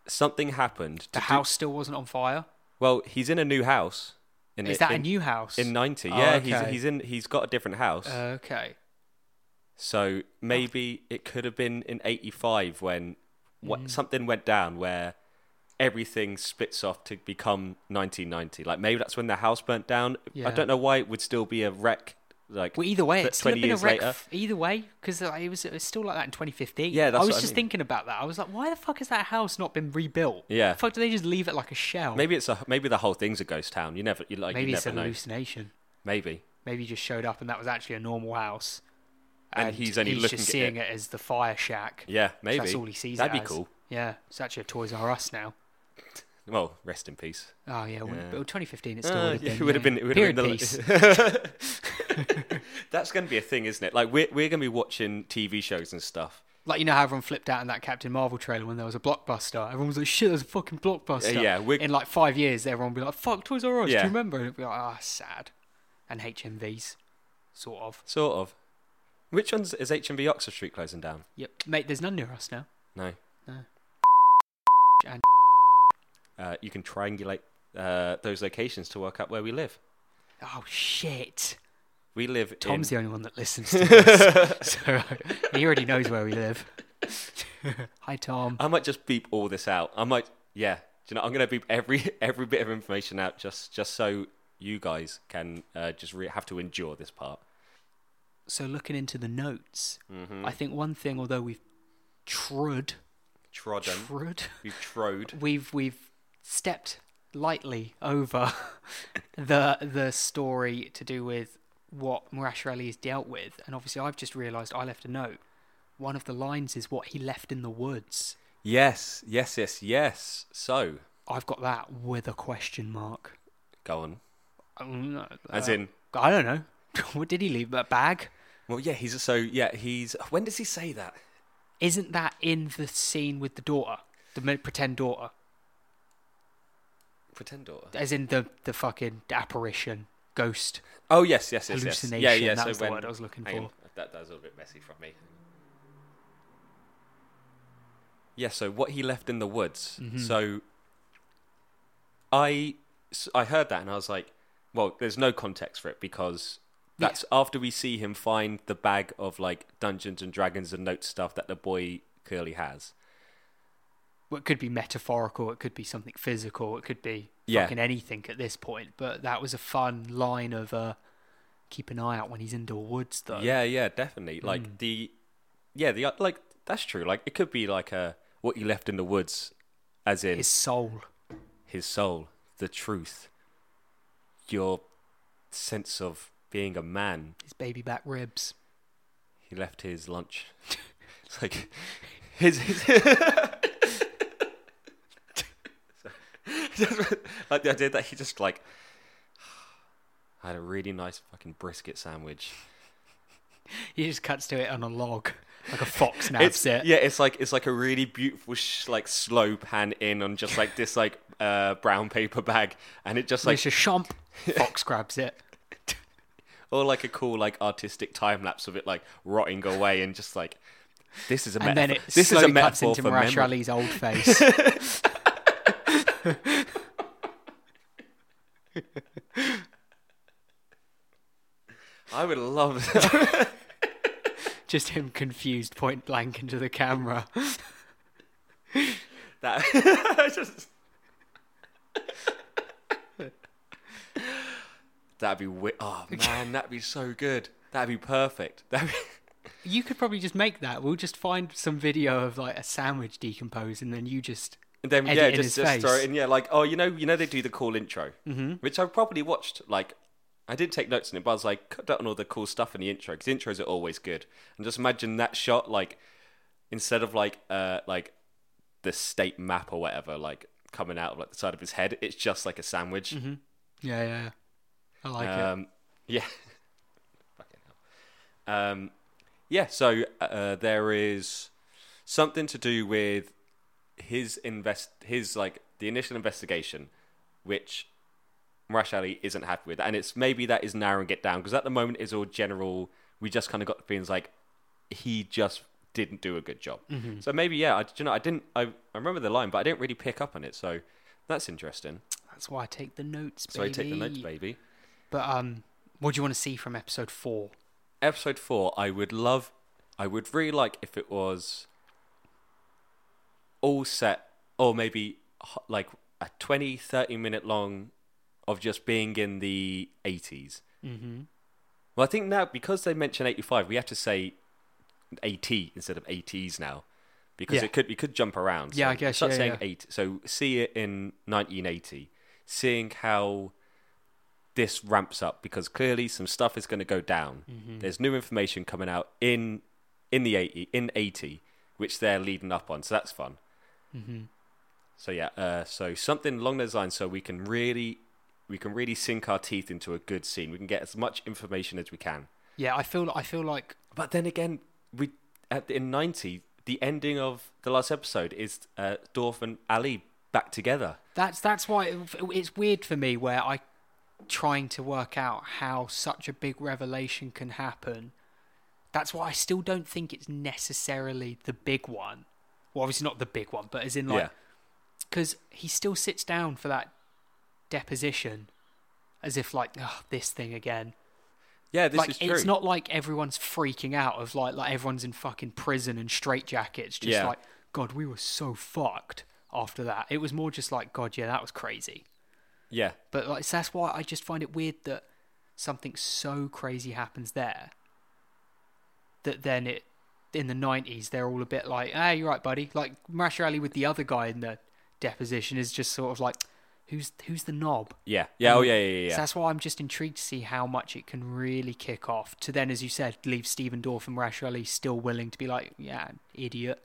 S2: something happened. to
S3: The
S2: do-
S3: house still wasn't on fire.
S2: well, he's in a new house. In
S3: Is
S2: the-
S3: that a
S2: in-
S3: new house?
S2: in ninety?
S3: Oh,
S2: yeah,
S3: okay. Uh,
S2: he's he's in he's got a different house.
S3: Okay.
S2: So maybe it could have been in '85 when what,
S3: Hmm.
S2: something went down where everything splits off to become 1990. Like maybe that's when the house burnt down.
S3: Yeah.
S2: I don't know why it would still be a wreck. Like
S3: Well, either way,
S2: th-
S3: it's still
S2: 20
S3: been a
S2: years
S3: wreck.
S2: later.
S3: f- Either way, because it was, it was still like that in 2015.
S2: Yeah, that's
S3: I was
S2: what I
S3: just
S2: mean.
S3: thinking about that. I was like, why the fuck has that house not been rebuilt?
S2: Yeah.
S3: The fuck, do they just leave it like a shell?
S2: Maybe it's a maybe the whole thing's a ghost town. You never you like
S3: Maybe
S2: you
S3: it's a
S2: never know.
S3: hallucination.
S2: Maybe
S3: Maybe you just showed up and that was actually a normal house.
S2: And he's only looking
S3: just
S2: at
S3: seeing it. as the fire shack.
S2: yeah maybe
S3: So that's all he sees. it
S2: That'd be
S3: as.
S2: cool.
S3: Yeah, it's actually a Toys R Us now.
S2: Well, rest in peace.
S3: Oh yeah, well,
S2: Yeah.
S3: but 2015 it still
S2: Uh,
S3: would have
S2: yeah,
S3: been.
S2: it would have been.
S3: yeah.
S2: It would
S3: Period
S2: have been
S3: piece.
S2: the- That's going to be a thing, isn't it? Like we're we're going to be watching TV shows and stuff.
S3: Like you know how everyone flipped out in that Captain Marvel trailer when there was a blockbuster. Everyone was like, "Shit, there's a fucking blockbuster."
S2: Yeah, Uh, yeah, we're-
S3: In like five years, everyone will be like, "Fuck Toys R Us." Do
S2: Yeah.
S3: you remember? And it'd be like, "Ah, sad." And HMVs, sort of.
S2: Sort of. Which ones is HMV Oxford Street closing down?
S3: Yep, mate. There's none near us now.
S2: No.
S3: No. And-
S2: Uh, you can triangulate uh, those locations to work out where we live.
S3: Oh shit!
S2: We live
S3: Tom's
S2: in.
S3: the only one that listens to this, so he already knows where we live. Hi, Tom.
S2: I might just beep all this out. I might. Yeah. Do you know? I'm gonna beep every every bit of information out just just so you guys can uh, just re- have to endure this part.
S3: So looking into the notes, I think one thing, although we've trud,
S2: Trodden.
S3: trud,
S2: you trode.
S3: we've we've stepped lightly over the the story to do with what Murash Ali has dealt with, and obviously I've just realised I left a note. One of the lines is what he left in the woods.
S2: Yes. Yes. Yes. Yes. So
S3: I've got that with a question mark.
S2: go on.
S3: Um, uh,
S2: As in.
S3: I don't know. what did he leave? A bag?
S2: Well, yeah. He's so. Yeah. He's. When does he say that?
S3: Isn't that in the scene with the daughter, the ma- pretend daughter?
S2: Pretend daughter.
S3: as in the the fucking apparition ghost
S2: Oh yes, yes, yes, yes. Yeah,
S3: Hallucination,
S2: yeah.
S3: that
S2: so
S3: was the
S2: when,
S3: word I was looking
S2: hang
S3: for.
S2: on, that, that was a little bit messy from me. Yeah. So what he left in the woods.
S3: Mm-hmm.
S2: So I s- I heard that and I was like, well, there's no context for it because
S3: Yeah.
S2: that's after we see him find the bag of like Dungeons and Dragons and note stuff that the boy Curly has.
S3: well, it could be metaphorical it could be something physical it could be
S2: Yeah.
S3: fucking anything at this point but that was a fun line of uh keep an eye out when he's in the woods though
S2: Yeah, yeah, definitely. Like the, yeah, the like that's true. Like it could be like a what you left in the woods, as in
S3: his soul
S2: his soul, the truth, your sense of being a man.
S3: his baby back ribs
S2: He left his lunch. it's like his. his like the idea that he just like I had a really nice fucking brisket sandwich.
S3: he just cuts to it on a log like a fox nabs
S2: It's
S3: it
S2: yeah, it's like it's like a really beautiful sh- like slow pan in on just like this like uh brown paper bag, and it just like
S3: it's a shump fox grabs it
S2: or like a cool like artistic time lapse of it like rotting away and just like this is a
S3: and
S2: metaphor.
S3: then it
S2: this is
S3: slowly
S2: a
S3: cuts
S2: metaphor
S3: into
S2: for
S3: Marash
S2: memory.
S3: Ali's old face
S2: I would love that.
S3: just him confused point blank into the camera
S2: that. just... That'd be wi- oh man, that'd be so good. That'd be perfect. That'd be...
S3: You could probably just make that. We'll just find some video of like a sandwich decompose, and then you just
S2: And then
S3: edit
S2: yeah,
S3: in
S2: just,
S3: his
S2: just throw
S3: face.
S2: it in. Yeah, like oh, you know, you know, they do the cool intro, mm-hmm. which I probably watched. Like, I did take notes in it, but I was like, cut down all the cool stuff in the intro because intros are always good. And just imagine that shot, like instead of like uh like the state map or whatever, like coming out of like the side of his head, it's just like a sandwich.
S3: Mm-hmm. yeah, yeah. yeah. I like it.
S2: Um, yeah. Fucking hell. Um, yeah, so uh, there is something to do with his invest, his like the initial investigation, which Marash Ali isn't happy with, and it's maybe that is narrowing it down because at the moment it's all general. We just kind of got the feelings like he just didn't do a good job. So maybe yeah, I do you know I didn't I, I remember the line, but I didn't really pick up on it. So that's interesting.
S3: That's why I take the notes,
S2: So
S3: baby.
S2: I take the notes, baby.
S3: But um, what do you want to see from episode four?
S2: Episode four, I would love, I would really like if it was all set, or maybe h- like a 20, 30 minute long of just being in the 80s. Mm-hmm. Well, I think now because they mention 85, we have to say 80 instead of 80s now. Because
S3: Yeah.
S2: it could we could jump around.
S3: Yeah,
S2: so
S3: I guess,
S2: Start
S3: yeah,
S2: saying
S3: yeah.
S2: eight. So see it in 1980, seeing how this ramps up because clearly some stuff is going to go down.
S3: Mm-hmm.
S2: There's new information coming out in in the 80 in 80 which they're leading up on. So that's fun. Mm-hmm. So yeah, uh, so something along those lines so we can really we can really sink our teeth into a good scene. We can get as much information as we can.
S3: Yeah, I feel I feel like
S2: But then again, we at in 90 the ending of the last episode is uh, Dorf and Ali back together.
S3: that's that's why it- it's weird for me where I trying to work out how such a big revelation can happen. That's why I still don't think it's necessarily the big one. Well, obviously not the big one, but as in like
S2: yeah.
S3: because he still sits down for that deposition as if like oh, this thing again
S2: Yeah, this
S3: like
S2: is true.
S3: it's not like everyone's freaking out of like like everyone's in fucking prison and straitjackets just
S2: Yeah.
S3: like god we were so fucked after that it was more just like god yeah that was crazy
S2: yeah.
S3: but like so that's why i just find it weird that something so crazy happens there that then it in the 90s they're all a bit like ah you're right buddy like Marshall Ali with the other guy in the deposition is just sort of like who's who's the knob
S2: Yeah. Yeah, oh yeah, yeah, yeah.
S3: Um, so
S2: yeah.
S3: that's why I'm just intrigued to see how much it can really kick off. To then, as you said, leave Stephen Dorff and Rash Ali still willing to be like, yeah, idiot,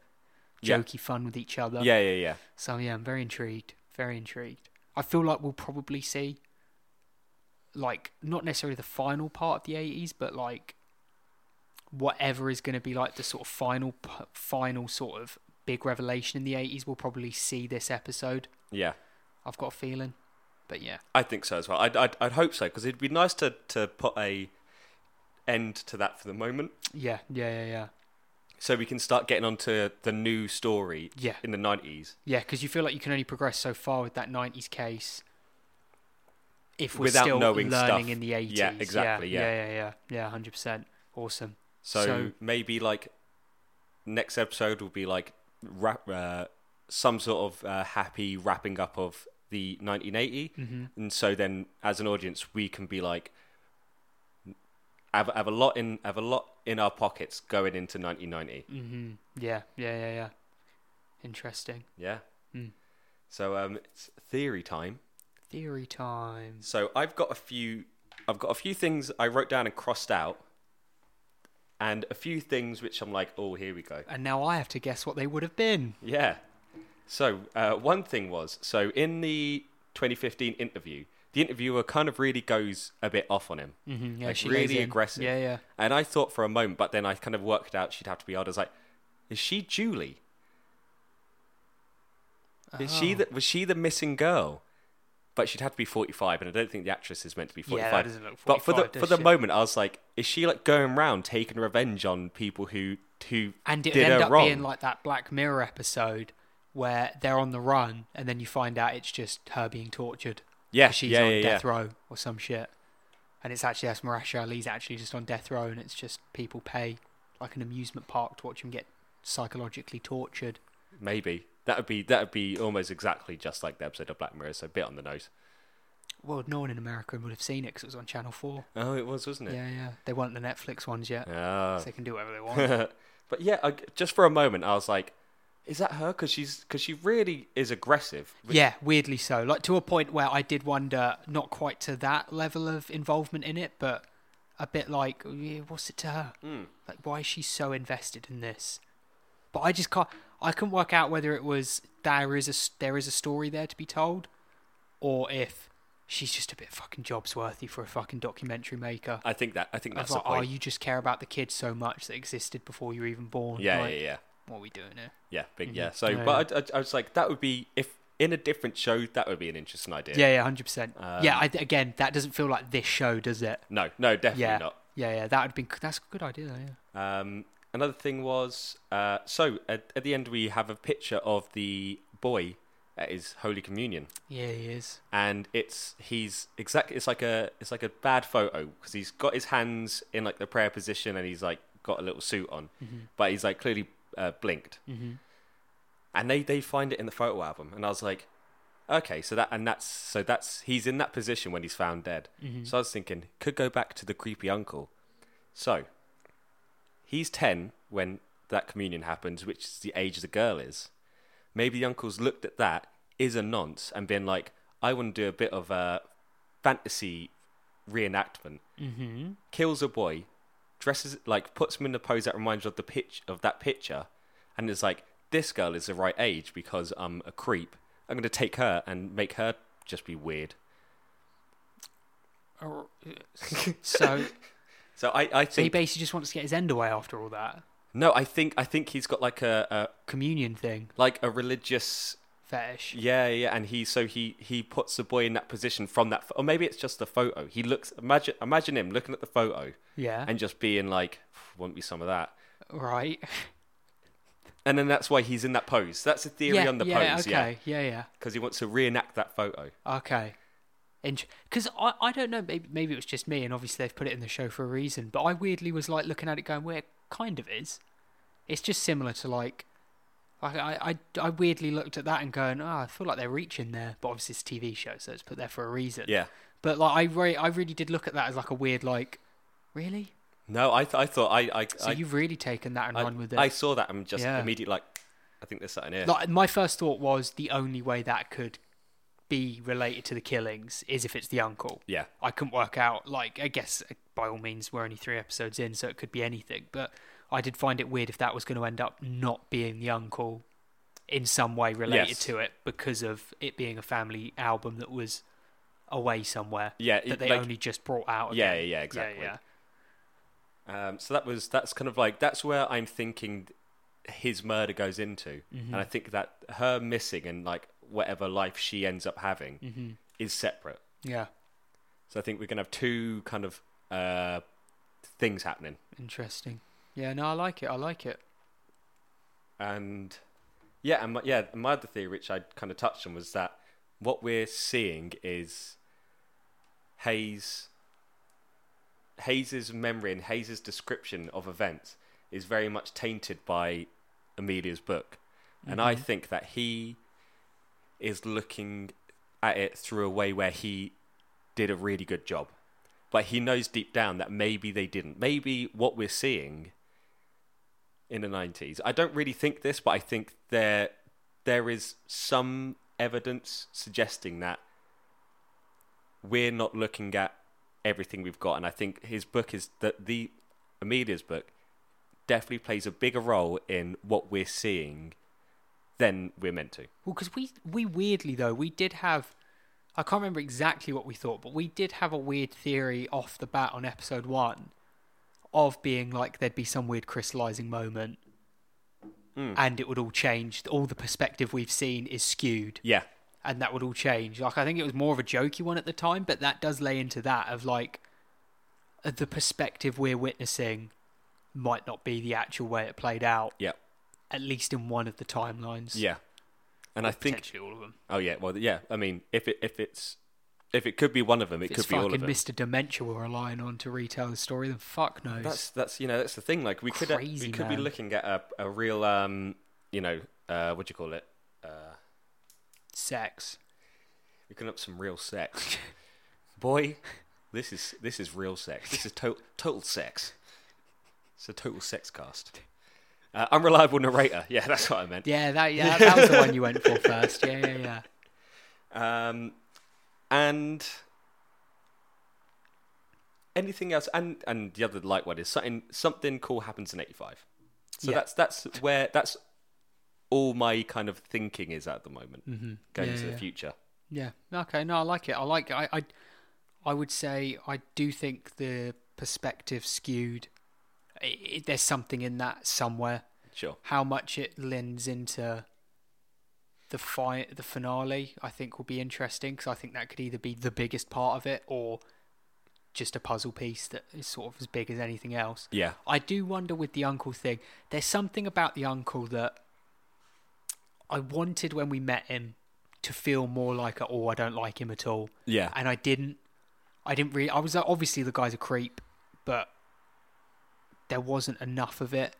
S2: Yeah.
S3: jokey fun with each other.
S2: Yeah, yeah, yeah.
S3: So yeah, I'm very intrigued. Very intrigued. I feel like we'll probably see, like, not necessarily the final part of the '80s, but like whatever is going to be like the sort of final, p- final sort of big revelation in the '80s. We'll probably see this episode.
S2: Yeah.
S3: I've got a feeling, but yeah.
S2: I think so as well. I'd, I'd, I'd hope so because it'd be nice to, to put a end to that for the moment,
S3: Yeah, yeah, yeah, yeah.
S2: so we can start getting onto the new story.
S3: Yeah.
S2: in the nineties,
S3: Yeah, because you feel like you can only progress so far with that '90s case if we're
S2: Without
S3: still
S2: knowing
S3: learning
S2: stuff.
S3: in the
S2: Yeah,
S3: '80s.
S2: exactly, yeah.
S3: yeah, yeah, yeah, yeah, hundred percent. Awesome.
S2: so,
S3: So-
S2: maybe like next episode will be like wrap, uh, some sort of uh, happy wrapping up of the nineteen
S3: Mm-hmm.
S2: and so then as an audience we can be like have, have a lot in have a lot in our pockets going into nineteen ninety.
S3: hmm Yeah, yeah, yeah, yeah. Interesting.
S2: Yeah.
S3: Mm.
S2: So um, it's theory time.
S3: Theory times.
S2: So I've got a few. I've got a few things I wrote down and crossed out, and a few things which I'm like, oh, here we go.
S3: And now I have to guess what they would have been.
S2: Yeah. So uh, one thing was so in the 2015 interview, the interviewer kind of really goes a bit off on him,
S3: Mm-hmm. Yeah,
S2: like
S3: she lays
S2: really
S3: in.
S2: aggressive.
S3: Yeah, yeah.
S2: And I thought for a moment, but then I kind of worked out she'd have to be old. I was like, is she Julie? Is she
S3: Oh.
S2: the, was she the missing girl? But she'd have to be 45, and I don't think the actress is meant to be
S3: Yeah,
S2: 45.
S3: that doesn't look
S2: but for the
S3: 45,
S2: for
S3: does
S2: the
S3: she?
S2: moment, I was like, is she like going around taking revenge on people who who
S3: And it
S2: did
S3: end
S2: her
S3: up
S2: wrong?
S3: being like that Black Mirror episode where they're on the run, and then you find out it's just her being tortured.
S2: yeah,
S3: she's
S2: yeah,
S3: on
S2: yeah,
S3: death
S2: yeah.
S3: row or some shit. And it's actually that's Marash Ali's actually just on death row, and it's just people pay like an amusement park to watch him get psychologically tortured.
S2: Maybe that would be that would be almost exactly just like the episode of Black Mirror, so a bit on the nose.
S3: Well, no one in America would have seen it 'cause it was on Channel Four.
S2: Oh, it was, wasn't it?
S3: Yeah, yeah, they weren't the Netflix ones yet,
S2: Ah.
S3: so they can do whatever they want.
S2: but yeah, I, just for a moment, I was like, is that her? Because she's because she really is aggressive.
S3: yeah, weirdly so. Like to a point where I did wonder, not quite to that level of involvement in it, but a bit like, "Oh, yeah, what's it to her?
S2: Hmm.
S3: Like, why is she so invested in this? But I just can't. I couldn't work out whether it was there is a s- there is a story there to be told, or if she's just a bit fucking jobsworthy for a fucking documentary maker.
S2: I think that I think
S3: I was
S2: that's the
S3: like, oh,
S2: point.
S3: you just care about the kids so much that existed before you were even born.
S2: yeah,
S3: Like,
S2: yeah, yeah,
S3: What are we doing here?
S2: yeah, big yeah. So,
S3: Mm-hmm. Yeah,
S2: but I, I, I was like, that would be if in a different show, that would be an interesting idea.
S3: Yeah, yeah, hundred percent. Yeah,
S2: Um,
S3: I, again, that doesn't feel like this show, does it?
S2: No, no, definitely
S3: yeah.
S2: not.
S3: Yeah, yeah, that would be that's a good idea. though, Yeah.
S2: Um, Another thing was uh, so at, at the end we have a picture of the boy at his Holy Communion,
S3: Yeah, he is.
S2: and it's he's exactly it's like a it's like a bad photo because he's got his hands in like the prayer position and he's like got a little suit on, but he's like clearly uh, blinked,
S3: Mm-hmm.
S2: and they they find it in the photo album, and I was like, okay, so that and that's so that's he's in that position when he's found dead.
S3: Mhm.
S2: So I was thinking, could go back to the creepy uncle. So he's 10 when that communion happens, which is the age the girl is. Maybe the uncle's looked at that, is a nonce, and been like, I want to do a bit of a fantasy reenactment.
S3: Mm-hmm.
S2: Kills a boy, dresses, like, puts him in a pose that reminds you of the pitch of that picture, and is like, this girl is the right age because I'm a creep. I'm going to take her and make her just be weird. Oh,
S3: so,
S2: So I, I
S3: so he
S2: think
S3: basically just wants to get his end away after all that
S2: No, I think I think he's got like a, a
S3: communion thing
S2: like a religious
S3: fetish.
S2: yeah yeah, and he so he he puts the boy in that position from that, pho- or maybe it's just the photo. He looks imagine imagine him looking at the photo
S3: Yeah,
S2: and just being like, "Won't be some of that,"
S3: right.
S2: and then that's why he's in that pose. That's a theory
S3: yeah,
S2: on the
S3: yeah,
S2: pose, yeah,
S3: okay, yeah, yeah.
S2: because he wants to reenact that photo.
S3: Okay. Because I, I don't know, maybe, maybe it was just me, and obviously they've put it in the show for a reason, but I weirdly was like looking at it going, well, it kind of is. It's just similar to like, like I, I, I weirdly looked at that and going, oh, I feel like they're reaching there, but obviously it's a TV show, so it's put there for a reason.
S2: Yeah,
S3: But like, I, re- I really did look at that as like a weird, like, really?
S2: no, I th- I thought I I
S3: So
S2: I,
S3: you've really taken that and
S2: I,
S3: run with it?
S2: I saw that and just
S3: Yeah.
S2: immediately like, I think there's something here.
S3: Like my first thought was the only way that could be related to the killings is if it's the uncle.
S2: Yeah.
S3: I couldn't work out. Like I guess uh, by all means we're only three episodes in, so it could be anything. But I did find it weird if that was going to end up not being the uncle in some way related
S2: Yes.
S3: to it because of it being a family album that was away somewhere
S2: Yeah,
S3: that
S2: it-
S3: they
S2: like-
S3: only just brought out.
S2: Yeah,
S3: again.
S2: yeah, exactly.
S3: Yeah,
S2: Um, so that was that's kind of like that's where I'm thinking his murder goes into, and I think that her missing and like whatever life she ends up having is separate.
S3: yeah. Yeah.
S2: So I think we're gonna have two kind of uh, things happening,
S3: Interesting. Yeah, no, I like it. I like it.
S2: and yeah, and my, yeah, my other theory, which I kind of touched on, was that what we're seeing is Hayes Hayes's memory and Hayes's description of events is very much tainted by Amelia's book. And I think that he is looking at it through a way where he did a really good job. But he knows deep down that maybe they didn't. Maybe what we're seeing in the 90s. I don't really think this, but I think there there is some evidence suggesting that we're not looking at everything we've got, and I think his book is that the Amelia's book definitely plays a bigger role in what we're seeing than we're meant to.
S3: Well, because we we weirdly though we did have, I can't remember exactly what we thought, but we did have a weird theory off the bat on episode one, of being like there'd be some weird crystallizing moment, and it would all change. All the perspective we've seen is skewed,
S2: Yeah,
S3: and that would all change. Like I think it was more of a jokey one at the time, but that does lay into that of like, uh, the perspective we're witnessing might not be the actual way it played out,
S2: yeah,
S3: at least in one of the timelines.
S2: yeah. And I think,
S3: potentially all of them.
S2: oh yeah, well yeah. I mean, if it if it's if it could be one of them, it
S3: If
S2: could
S3: it's
S2: be all of
S3: fucking
S2: them.
S3: Mr. Dementia we're relying on to retell the story, then fuck knows.
S2: That's that's you know that's the thing. Like we could uh,
S3: Crazy,
S2: we could
S3: man.
S2: be looking at a a real um you know uh what do you call it uh
S3: Sex.
S2: we could up some real sex. Boy, this is this is real sex. This is total total sex. It's a total sex cast. Uh, unreliable narrator. Yeah, that's what I meant.
S3: Yeah, that yeah, that was the one you went for first. Yeah, yeah, yeah.
S2: Um, and anything else? And and the other light one is something something cool happens in eighty five. So
S3: Yeah.
S2: that's that's where that's all my kind of thinking is at the moment, going
S3: Mm-hmm. Yeah,
S2: to
S3: yeah.
S2: the future.
S3: Yeah. Okay, no, I like it. I like it. I, I I would say I do think the perspective skewed. i i there's something in that somewhere.
S2: Sure.
S3: How much it lends into the fi- the finale, I think, will be interesting because I think that could either be the biggest part of it or just a puzzle piece that is sort of as big as anything else.
S2: Yeah.
S3: I do wonder with the uncle thing, there's something about the uncle that I wanted when we met him to feel more like, a, oh, I don't like him at all.
S2: Yeah.
S3: And I didn't. I didn't really. I was like, obviously the guy's a creep, but there wasn't enough of it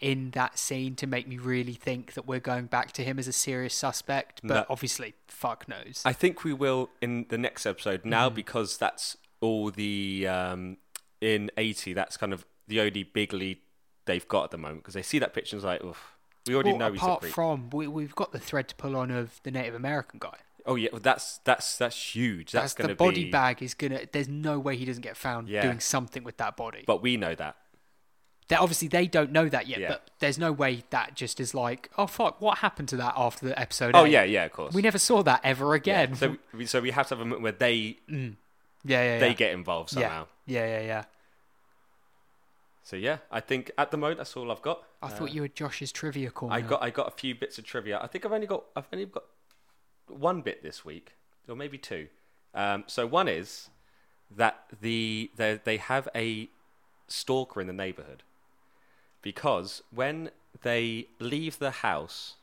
S3: in that scene to make me really think that we're going back to him as a serious suspect. But
S2: No.
S3: obviously, fuck knows.
S2: I think we will in the next episode now
S3: Mm-hmm.
S2: because that's all the um, in eighty. That's kind of the only big lead they've got at the moment because they see that picture and it's like, Oof, we already
S3: well,
S2: know he's a
S3: apart
S2: creep.
S3: from we, we've got the thread to pull on of the Native American guy.
S2: oh yeah, well, that's that's that's huge. That's,
S3: That's,
S2: going
S3: the
S2: to
S3: body
S2: be.
S3: bag is gonna. There's no way he doesn't get found
S2: Yeah.
S3: doing something with that body.
S2: But we know that.
S3: they obviously they don't know that yet.
S2: Yeah.
S3: But there's no way that just is like, oh fuck, what happened to that after the episode?
S2: Oh
S3: eight?
S2: yeah, yeah, of course.
S3: we never saw that ever
S2: Yeah.
S3: again. Yeah,
S2: So we, so we have to have a moment where they
S3: yeah, yeah,
S2: they get involved
S3: yeah.
S2: somehow.
S3: yeah, yeah, yeah.
S2: So yeah, I think at the moment that's all I've got.
S3: I thought you were Josh's trivia corner.
S2: Uh, I got I got a few bits of trivia. I think I've only got I've only got one bit this week, or maybe two. Um, so one is that the they they have a stalker in the neighborhood because when they leave the house,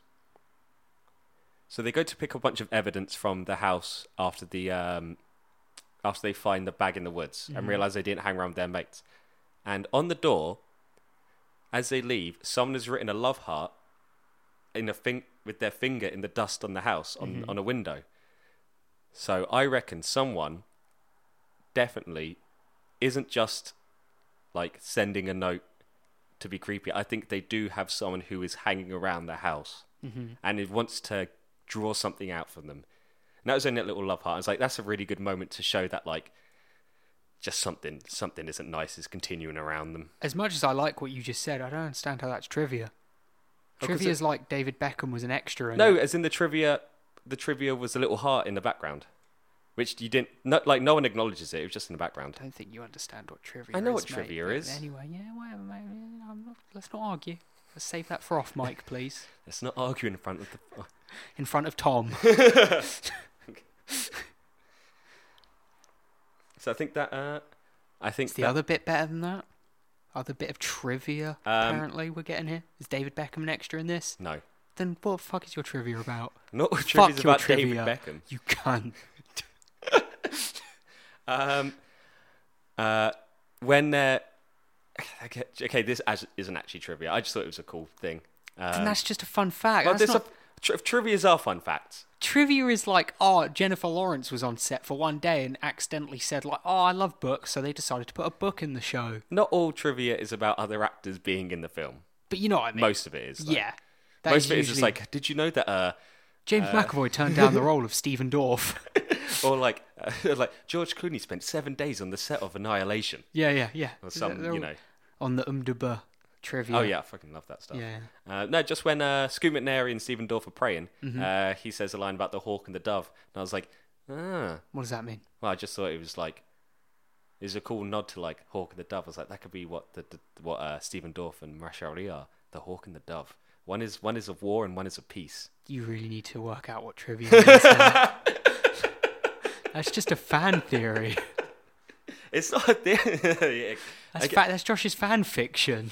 S2: so they go to pick a bunch of evidence from the house after the um, after they find the bag in the woods and realize they didn't hang around with their mates, and on the door. As they leave, someone has written a love heart in a fin- with their finger in the dust on the house on, on a window. So I reckon someone definitely isn't just like sending a note to be creepy. I think they do have someone who is hanging around the house and it wants to draw something out from them. And that was only a little love heart. It's like that's a really good moment to show that like just something something isn't nice is continuing around them.
S3: As much as I like what you just said, I don't understand how that's trivia.
S2: Oh, 'cause
S3: Trivia's like David Beckham was an extra. In
S2: No,
S3: it.
S2: as in the trivia, the trivia was a little heart in the background, which you didn't. No, like no one acknowledges it. It was just in the background.
S3: I don't think you understand what trivia.
S2: I know
S3: is,
S2: what
S3: mate,
S2: trivia
S3: but
S2: is.
S3: Anyway, yeah, whatever, mate. yeah, I'm not, let's not argue. Let's save that for off, Mike, please.
S2: Let's not argue in front of the. oh,
S3: In front of Tom.
S2: So I think that. Uh, I think
S3: Is the
S2: that-
S3: other bit better than that? Other bit of trivia,
S2: Um,
S3: apparently, we're getting here. Is David Beckham an extra in this?
S2: No,
S3: Then what the fuck is your trivia about?
S2: not all
S3: fuck
S2: trivia's
S3: your
S2: about David
S3: trivia.
S2: Beckham.
S3: You can't.
S2: Um, uh, when uh, okay, okay, this as- isn't actually trivia. I just thought it was a cool thing.
S3: and that's just a fun fact.
S2: Um, Well,
S3: That's
S2: there's
S3: not,
S2: a tri- trivia's are fun facts.
S3: Trivia is like, oh, Jennifer Lawrence was on set for one day and accidentally said, like, oh, I love books, so they decided to put a book in the show.
S2: Not all trivia is about other actors being in the film.
S3: But you know what I mean?
S2: Most of it is. though.
S3: yeah. That
S2: Most of it is just
S3: usually-
S2: like, did you know that uh,
S3: James McAvoy turned down the role of Stephen Dorff.
S2: or like like George Clooney spent seven days on the set of Annihilation
S3: yeah, yeah, yeah.
S2: or some,
S3: They're
S2: you
S3: all
S2: know.
S3: On the Umdaba trivia.
S2: Oh yeah, I fucking love that stuff.
S3: Yeah.
S2: Uh, no, just when uh, Scoot McNairy and Stephen Dorff are praying, uh, he says a line about the hawk and the dove, and I was like, ah.
S3: What does that mean?
S2: Well, I just thought it was like, it was a cool nod to like hawk and the dove. I was like, that could be what the, the what uh, Stephen Dorff and Mahershala Ali are, the hawk and the dove. One is one is of war and one is of peace.
S3: You really need to work out what trivia is. Dad. that's just a fan theory.
S2: It's not. yeah,
S3: That's, fa- that's Josh's fan fiction.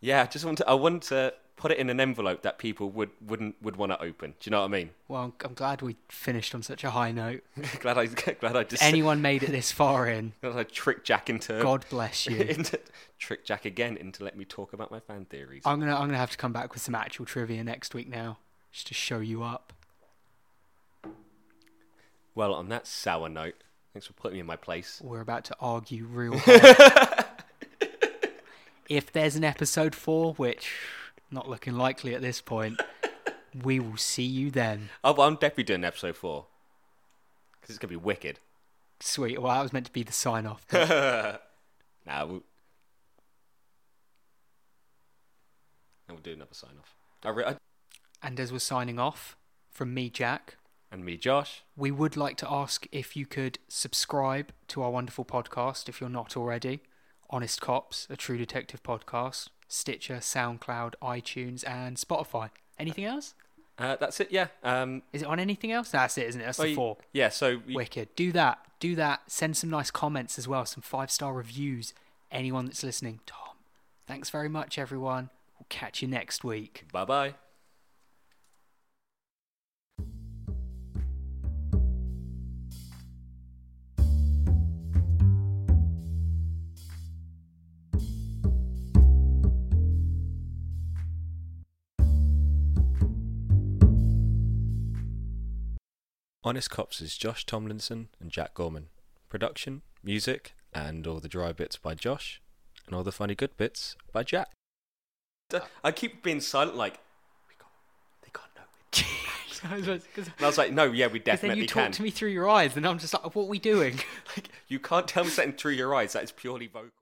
S2: Yeah, I just want to. I want to put it in an envelope that people would wouldn't would want to open. Do you know what I mean?
S3: Well, I'm, I'm glad we finished on such a high note.
S2: glad I glad I just
S3: Anyone made it this far in,
S2: glad I tricked Jack into
S3: God bless you.
S2: into trick Jack again into let me talk about my fan theories.
S3: I'm gonna I'm gonna have to come back with some actual trivia next week now, just to show you up.
S2: well, on that sour note, thanks for putting me in my place.
S3: We're about to argue real. hard. if there's an episode four, which not looking likely at this point, we will see you then.
S2: Oh, well, I'm definitely doing episode four because it's gonna be wicked.
S3: Sweet. Well, that was meant to be the sign off.
S2: Now we'll, and we'll do another sign off. I re- I-
S3: And as we're signing off, from me, Jack,
S2: and me, Josh.
S3: we would like to ask if you could subscribe to our wonderful podcast if you're not already. Honest Cops, a true detective podcast, Stitcher, SoundCloud, iTunes, and Spotify. Anything else?
S2: Uh, that's it. Yeah. Um,
S3: Is it on anything else? That's it, isn't it? That's
S2: well,
S3: the
S2: you-
S3: four.
S2: Yeah. So you-
S3: Wicked. Do that. Do that. Send some nice comments as well. Some five star reviews. Anyone that's listening, Tom. Thanks very much, everyone. We'll catch you next week.
S2: bye bye.
S1: Honest Cops is Josh Tomlinson and Jack Gorman. Production, music, and all the dry bits by Josh, and all the funny good bits by Jack.
S2: I keep being silent. Like we got, they can't know.
S3: Because
S2: And I was like, no, yeah, we
S3: then
S2: definitely
S3: you talk
S2: can.
S3: to me through your eyes, and I'm just like, what are we doing?
S2: Like, you can't tell me something through your eyes. That is purely vocal.